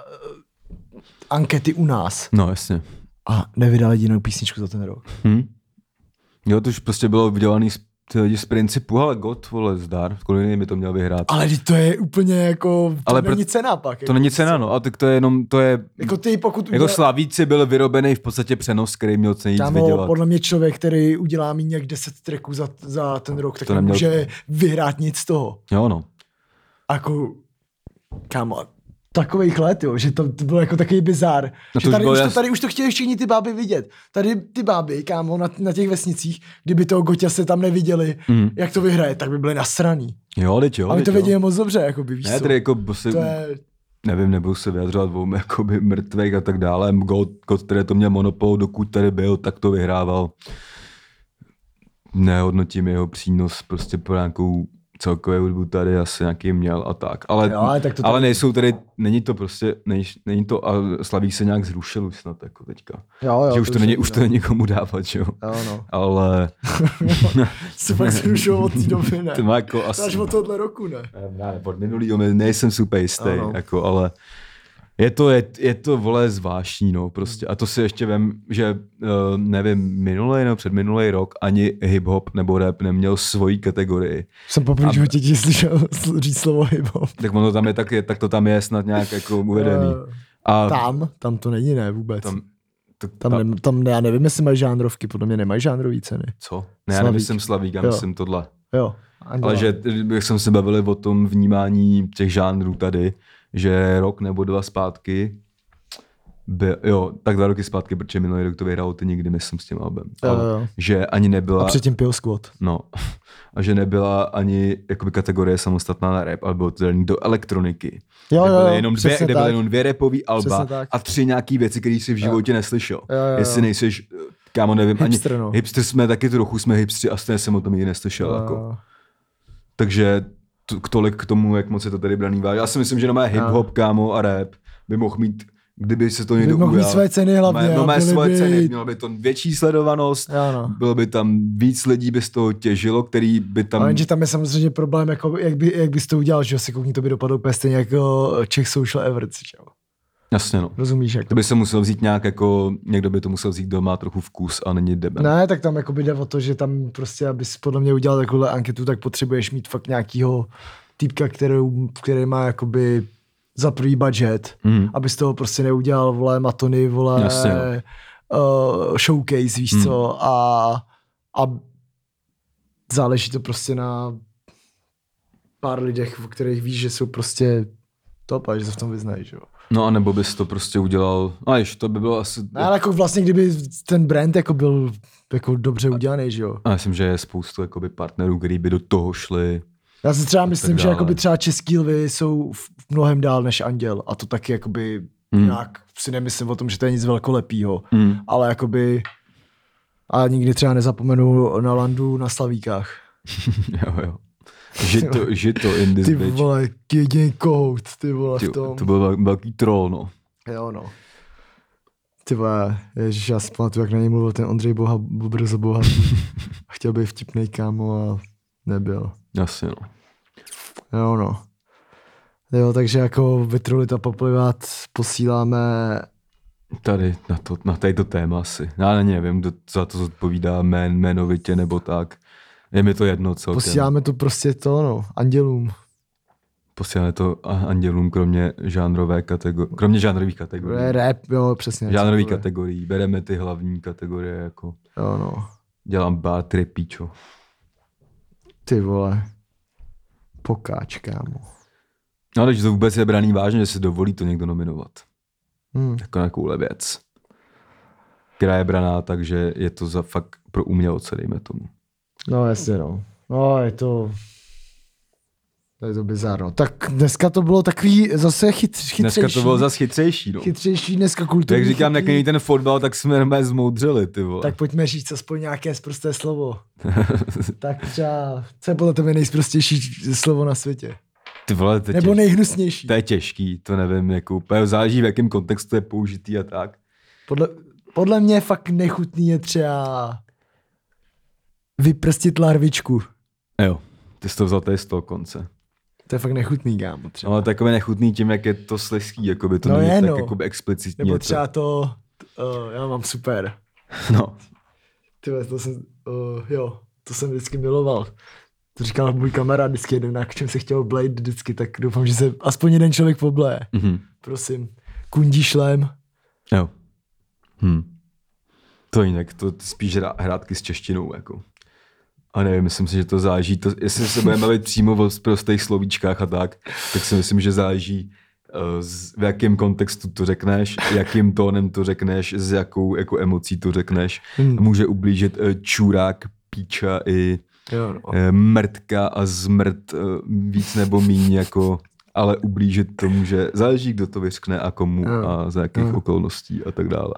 ankety u nás
No, jasně.
a nevydal jedinou písničku za ten rok.
Hm? Jo, to už prostě bylo vydělaný z, ty lidi z principu, ale god, vole, zdar, kolik jiný by to měl vyhrát.
Ale vždyť to je úplně jako, to
Ale
Ale
pro-
není cena pak.
to není cena, no, a tak to je jenom, to je,
Jako ty, pokud
jako Slavíci byl vyrobený v podstatě přenos, který měl co nejvíc
Kámo,
vydělat.
podle mě člověk, který udělá míň jak 10 tracků za, za ten rok, tak
To
to
neměl-
nemůže vyhrát nic z toho.
Jo, no.
A Jako, kámo, takových let, jo, že to, to bylo jako takový bizár.
No to
že
už
tady,
bylo
už to,
jas-
tady už to chtěli všichni ty báby vidět. Tady ty báby, kámo, na, na těch vesnicích, kdyby toho Goťa se tam neviděli,
Mhm.
jak to vyhraje, tak by byli nasraný.
Jo, teď jo.
A my
teď
to
jo.
věděli moc dobře, jako by víš
Ne,
co.
tedy jako, bo si,
To je,
nevím, nebudu se vyjadřovat o jakoby mrtvých a tak dále. God, God, který to měl monopol, dokud tady byl, tak to vyhrával. Nehodnotím jeho přínos prostě pro nějakou celkovou hudbu tady asi nějaký měl a tak. Ale,
Jo, ale tak to
ale
tady-
nejsou tady, není to prostě, není, není to, a Slavík se nějak zrušil už snad jako teďka.
jo, jo,
že už to,
je
není, už to
jinak.
není komu dávat, že jo.
Jo, no.
Ale
Se fakt zrušil od té doby, ne?
to má jako asi...
Až od tohle roku, ne?
Nevím, Já od minulýho mi- nejsem super jistý,
Ano.
jako, ale je to, je, je to vole zvláštní, no, prostě. A to si ještě vem, že uh, nevím, minulý nebo předminulý rok ani hip-hop nebo rap neměl svoji kategorii.
Jsem poprvé v životě tě slyšel sl- říct slovo hip-hop.
Tak ono tam je tak, je, tak to tam je snad nějak jako uvedený.
Eh,
A
Tam, tam to není, ne, vůbec. Tam,
to,
tam,
ta-
ne, tam ne, já nevím, jestli mají žánrovky, podle mě nemají žánrový ceny.
Co? Ne, já
Slavík.
nemyslím Slavík, já
Jo.
myslím tohle.
Jo.
Ale
Anděla.
že, jak jsme se bavili o tom vnímání těch žánrů tady, že rok nebo dva zpátky, by, jo, tak dva roky zpátky, protože minulý rok to vyhrál ty nikdy, myslím, s tím albem.
Jo,
Ale
jo.
Že ani nebyla,
A předtím pil squat.
no, a že nebyla ani jakoby kategorie samostatná na rap, ale bylo to dělený do elektroniky.
Jo,
kde
jo,
byly
jo,
jenom dvě,
přesně
kde byly
tak.
jenom dvě repový alba
Přesně tak.
a tři nějaký věci, které jsi v životě neslyšel.
Jo, jo,
Jestli
jo.
nejseš, eh, kámo, nevím,
Hipster,
ani,
no.
hipster jsme taky trochu, jsme hipstři a stejně jsem o tom nikdy neslyšel. Jako.
Jo.
Takže t- k tolik k tomu, jak moc je to tady braný vážně. Já si myslím, že
No.
normálně hip-hop, kámo a rap by mohl mít, kdyby se to někdo
mohl mít
ujal.
své ceny hlavně
Má-
a
No, má
byly
své
by-
ceny, mělo by to větší sledovanost,
Jo, no.
bylo by tam víc lidí by z toho těžilo, který by tam...
Ale jenže tam je samozřejmě problém, jako, jak, by, jak bys to udělal, že jo, se koukni, to by dopadlo úplně stejně jako Czech Social Everts, že jo.
Jasně, no.
Rozumíš, jak
To by se musel vzít nějak jako, někdo by to musel vzít, kdo má trochu vkus a není deben.
Ne, tak tam jakoby jde o to, že tam prostě, abys podle mě udělal takovouhle anketu, tak potřebuješ mít fakt nějakýho týpka, kterou, který má jakoby za prvý budget,
Hmm.
aby z toho prostě neudělal, vole, matony, vole,
Jasně,
uh, showcase, víš
Hmm.
co, a, a záleží to prostě na pár lidech, o kterých víš, že jsou prostě top a že se v tom vyznají, že jo.
No a nebo bys to prostě udělal, a ještě to by bylo asi...
No, ale jako vlastně, kdyby ten brand jako byl jako dobře udělaný, že jo.
A já myslím, že je spoustu jakoby partnerů, kteří by do toho šli.
Já si třeba myslím, že
dále.
jakoby třeba český lvy jsou v v mnohem dál než anděl a to taky jakoby hmm. nějak si nemyslím o tom, že to je nic velkolepýho,
Hmm.
ale jakoby a nikdy třeba nezapomenu na Landu na Slavíkách.
jo, jo. Žito, žito in this
Ty
bitch.
vole, jediný kohout, ty vole
Ty,
v tom.
to byl vel- velký troll, no.
Jo no. Ty vole, ježiš, já si pamatuju, jak na něj mluvil ten Ondřej Boha, Bobr za Boha. chtěl být vtipný kámo a nebyl.
Jasně, no.
Jo, no. Jo, takže jako vytrulit a poplivat posíláme
Tady, na, to, na této téma asi. Já ne- nevím, kdo za to zodpovídá jmén, jmenovitě nebo tak. Je mi to jedno celkem.
Posíláme to prostě to, no, andělům.
Posíláme to a- andělům kromě žánrové kategorie, kromě žánrových kategorií.
Re- Rap, jo, přesně.
Žánrových
Takové.
kategorií, bereme ty hlavní kategorie, jako
Jo, no.
dělám bát, repíčo.
Ty vole. Pokáč, kámo.
No, ale že to vůbec je braný vážně, že si dovolí to někdo nominovat.
Hm.
Jako na takovouhle věc. Která je braná tak, že je to za fakt pro umělce, dejme tomu.
No, jasně, no. No, je to... To je to bizarno. Tak dneska to bylo takový zase chytř, chytřejší.
Dneska to bylo zas chytřejší, no.
Chytřejší dneska kulturní.
Jak říkám, jak
chytrý.
není ten fotbal, tak jsme normálně zmoudřeli, ty vole.
Tak pojďme říct aspoň nějaké sprosté slovo. tak třeba, co je podle tebe nejsprostější slovo na světě?
Ty vole, to je,
Nebo
těžký.
nejhnusnější?
to je těžký, to nevím, jako úplně záleží, v jakém kontextu je použitý a tak.
Podle, podle mě fakt nechutný je třeba vyprstit larvičku.
Jo. Ty jsi to vzal tady z toho konce.
To je fakt nechutný, kámo, třeba.
No, ale takové nechutný tím, jak je to sleský, jako by to
No
není
je,
tak
no.
jakoby explicitní.
Nebo
je to-
třeba to, uh, já mám super.
No,
Ty vole, to jsem, uh, jo, to jsem vždycky miloval. To říkal můj kamarád vždycky jeden, na čem se chtěl blade vždycky, tak doufám, že se aspoň jeden člověk pobleje.
mhm.
Prosím. Kundí šlem.
Jo. Hm. To jinak, to spíš hra- hrátky s češtinou, jako. A nevím, myslím si, že to záleží, to, jestli se budeme bavit přímo o prostých slovíčkách a tak, tak si myslím, že záleží, eh, z, v jakém kontextu to řekneš, jakým tónem to řekneš, s jakou jako emocí to řekneš.
Hmm.
Může ublížit eh, čurák, píča i
Jo, no.
eh, mrtka a zmrt eh, víc nebo míň, jako, ale ublížit to může, záleží, kdo to vyřkne a komu
Jo.
a za jakých
Jo.
okolností a tak dále.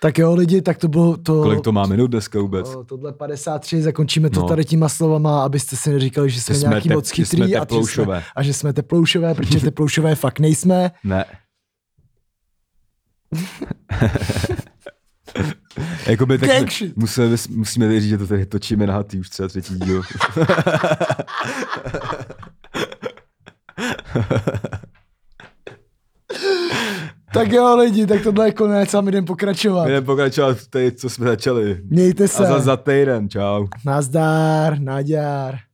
Tak jo, lidi, tak to bylo to...
Kolik to má minut dneska vůbec?
o, Tohle 53, zakončíme to
No.
tady těma slovama, abyste si neříkali, že jsme,
Že jsme
nějaký
tep-
moc
že
chytrý
jsme
a, že
teploušové.
jsme, a že jsme teploušové, protože teploušové fakt nejsme.
Ne. Jakoby tak
Gang shit.
musíme, musíme tady říct, že to tady točíme na hatý už třeba třetí díl.
Tak jo, lidi, tak tohle je konec a my jdem pokračovat.
Jdeme pokračovat v té, co jsme začali.
Mějte
A
se.
za, za týden, čau.
Nazdar, naděr.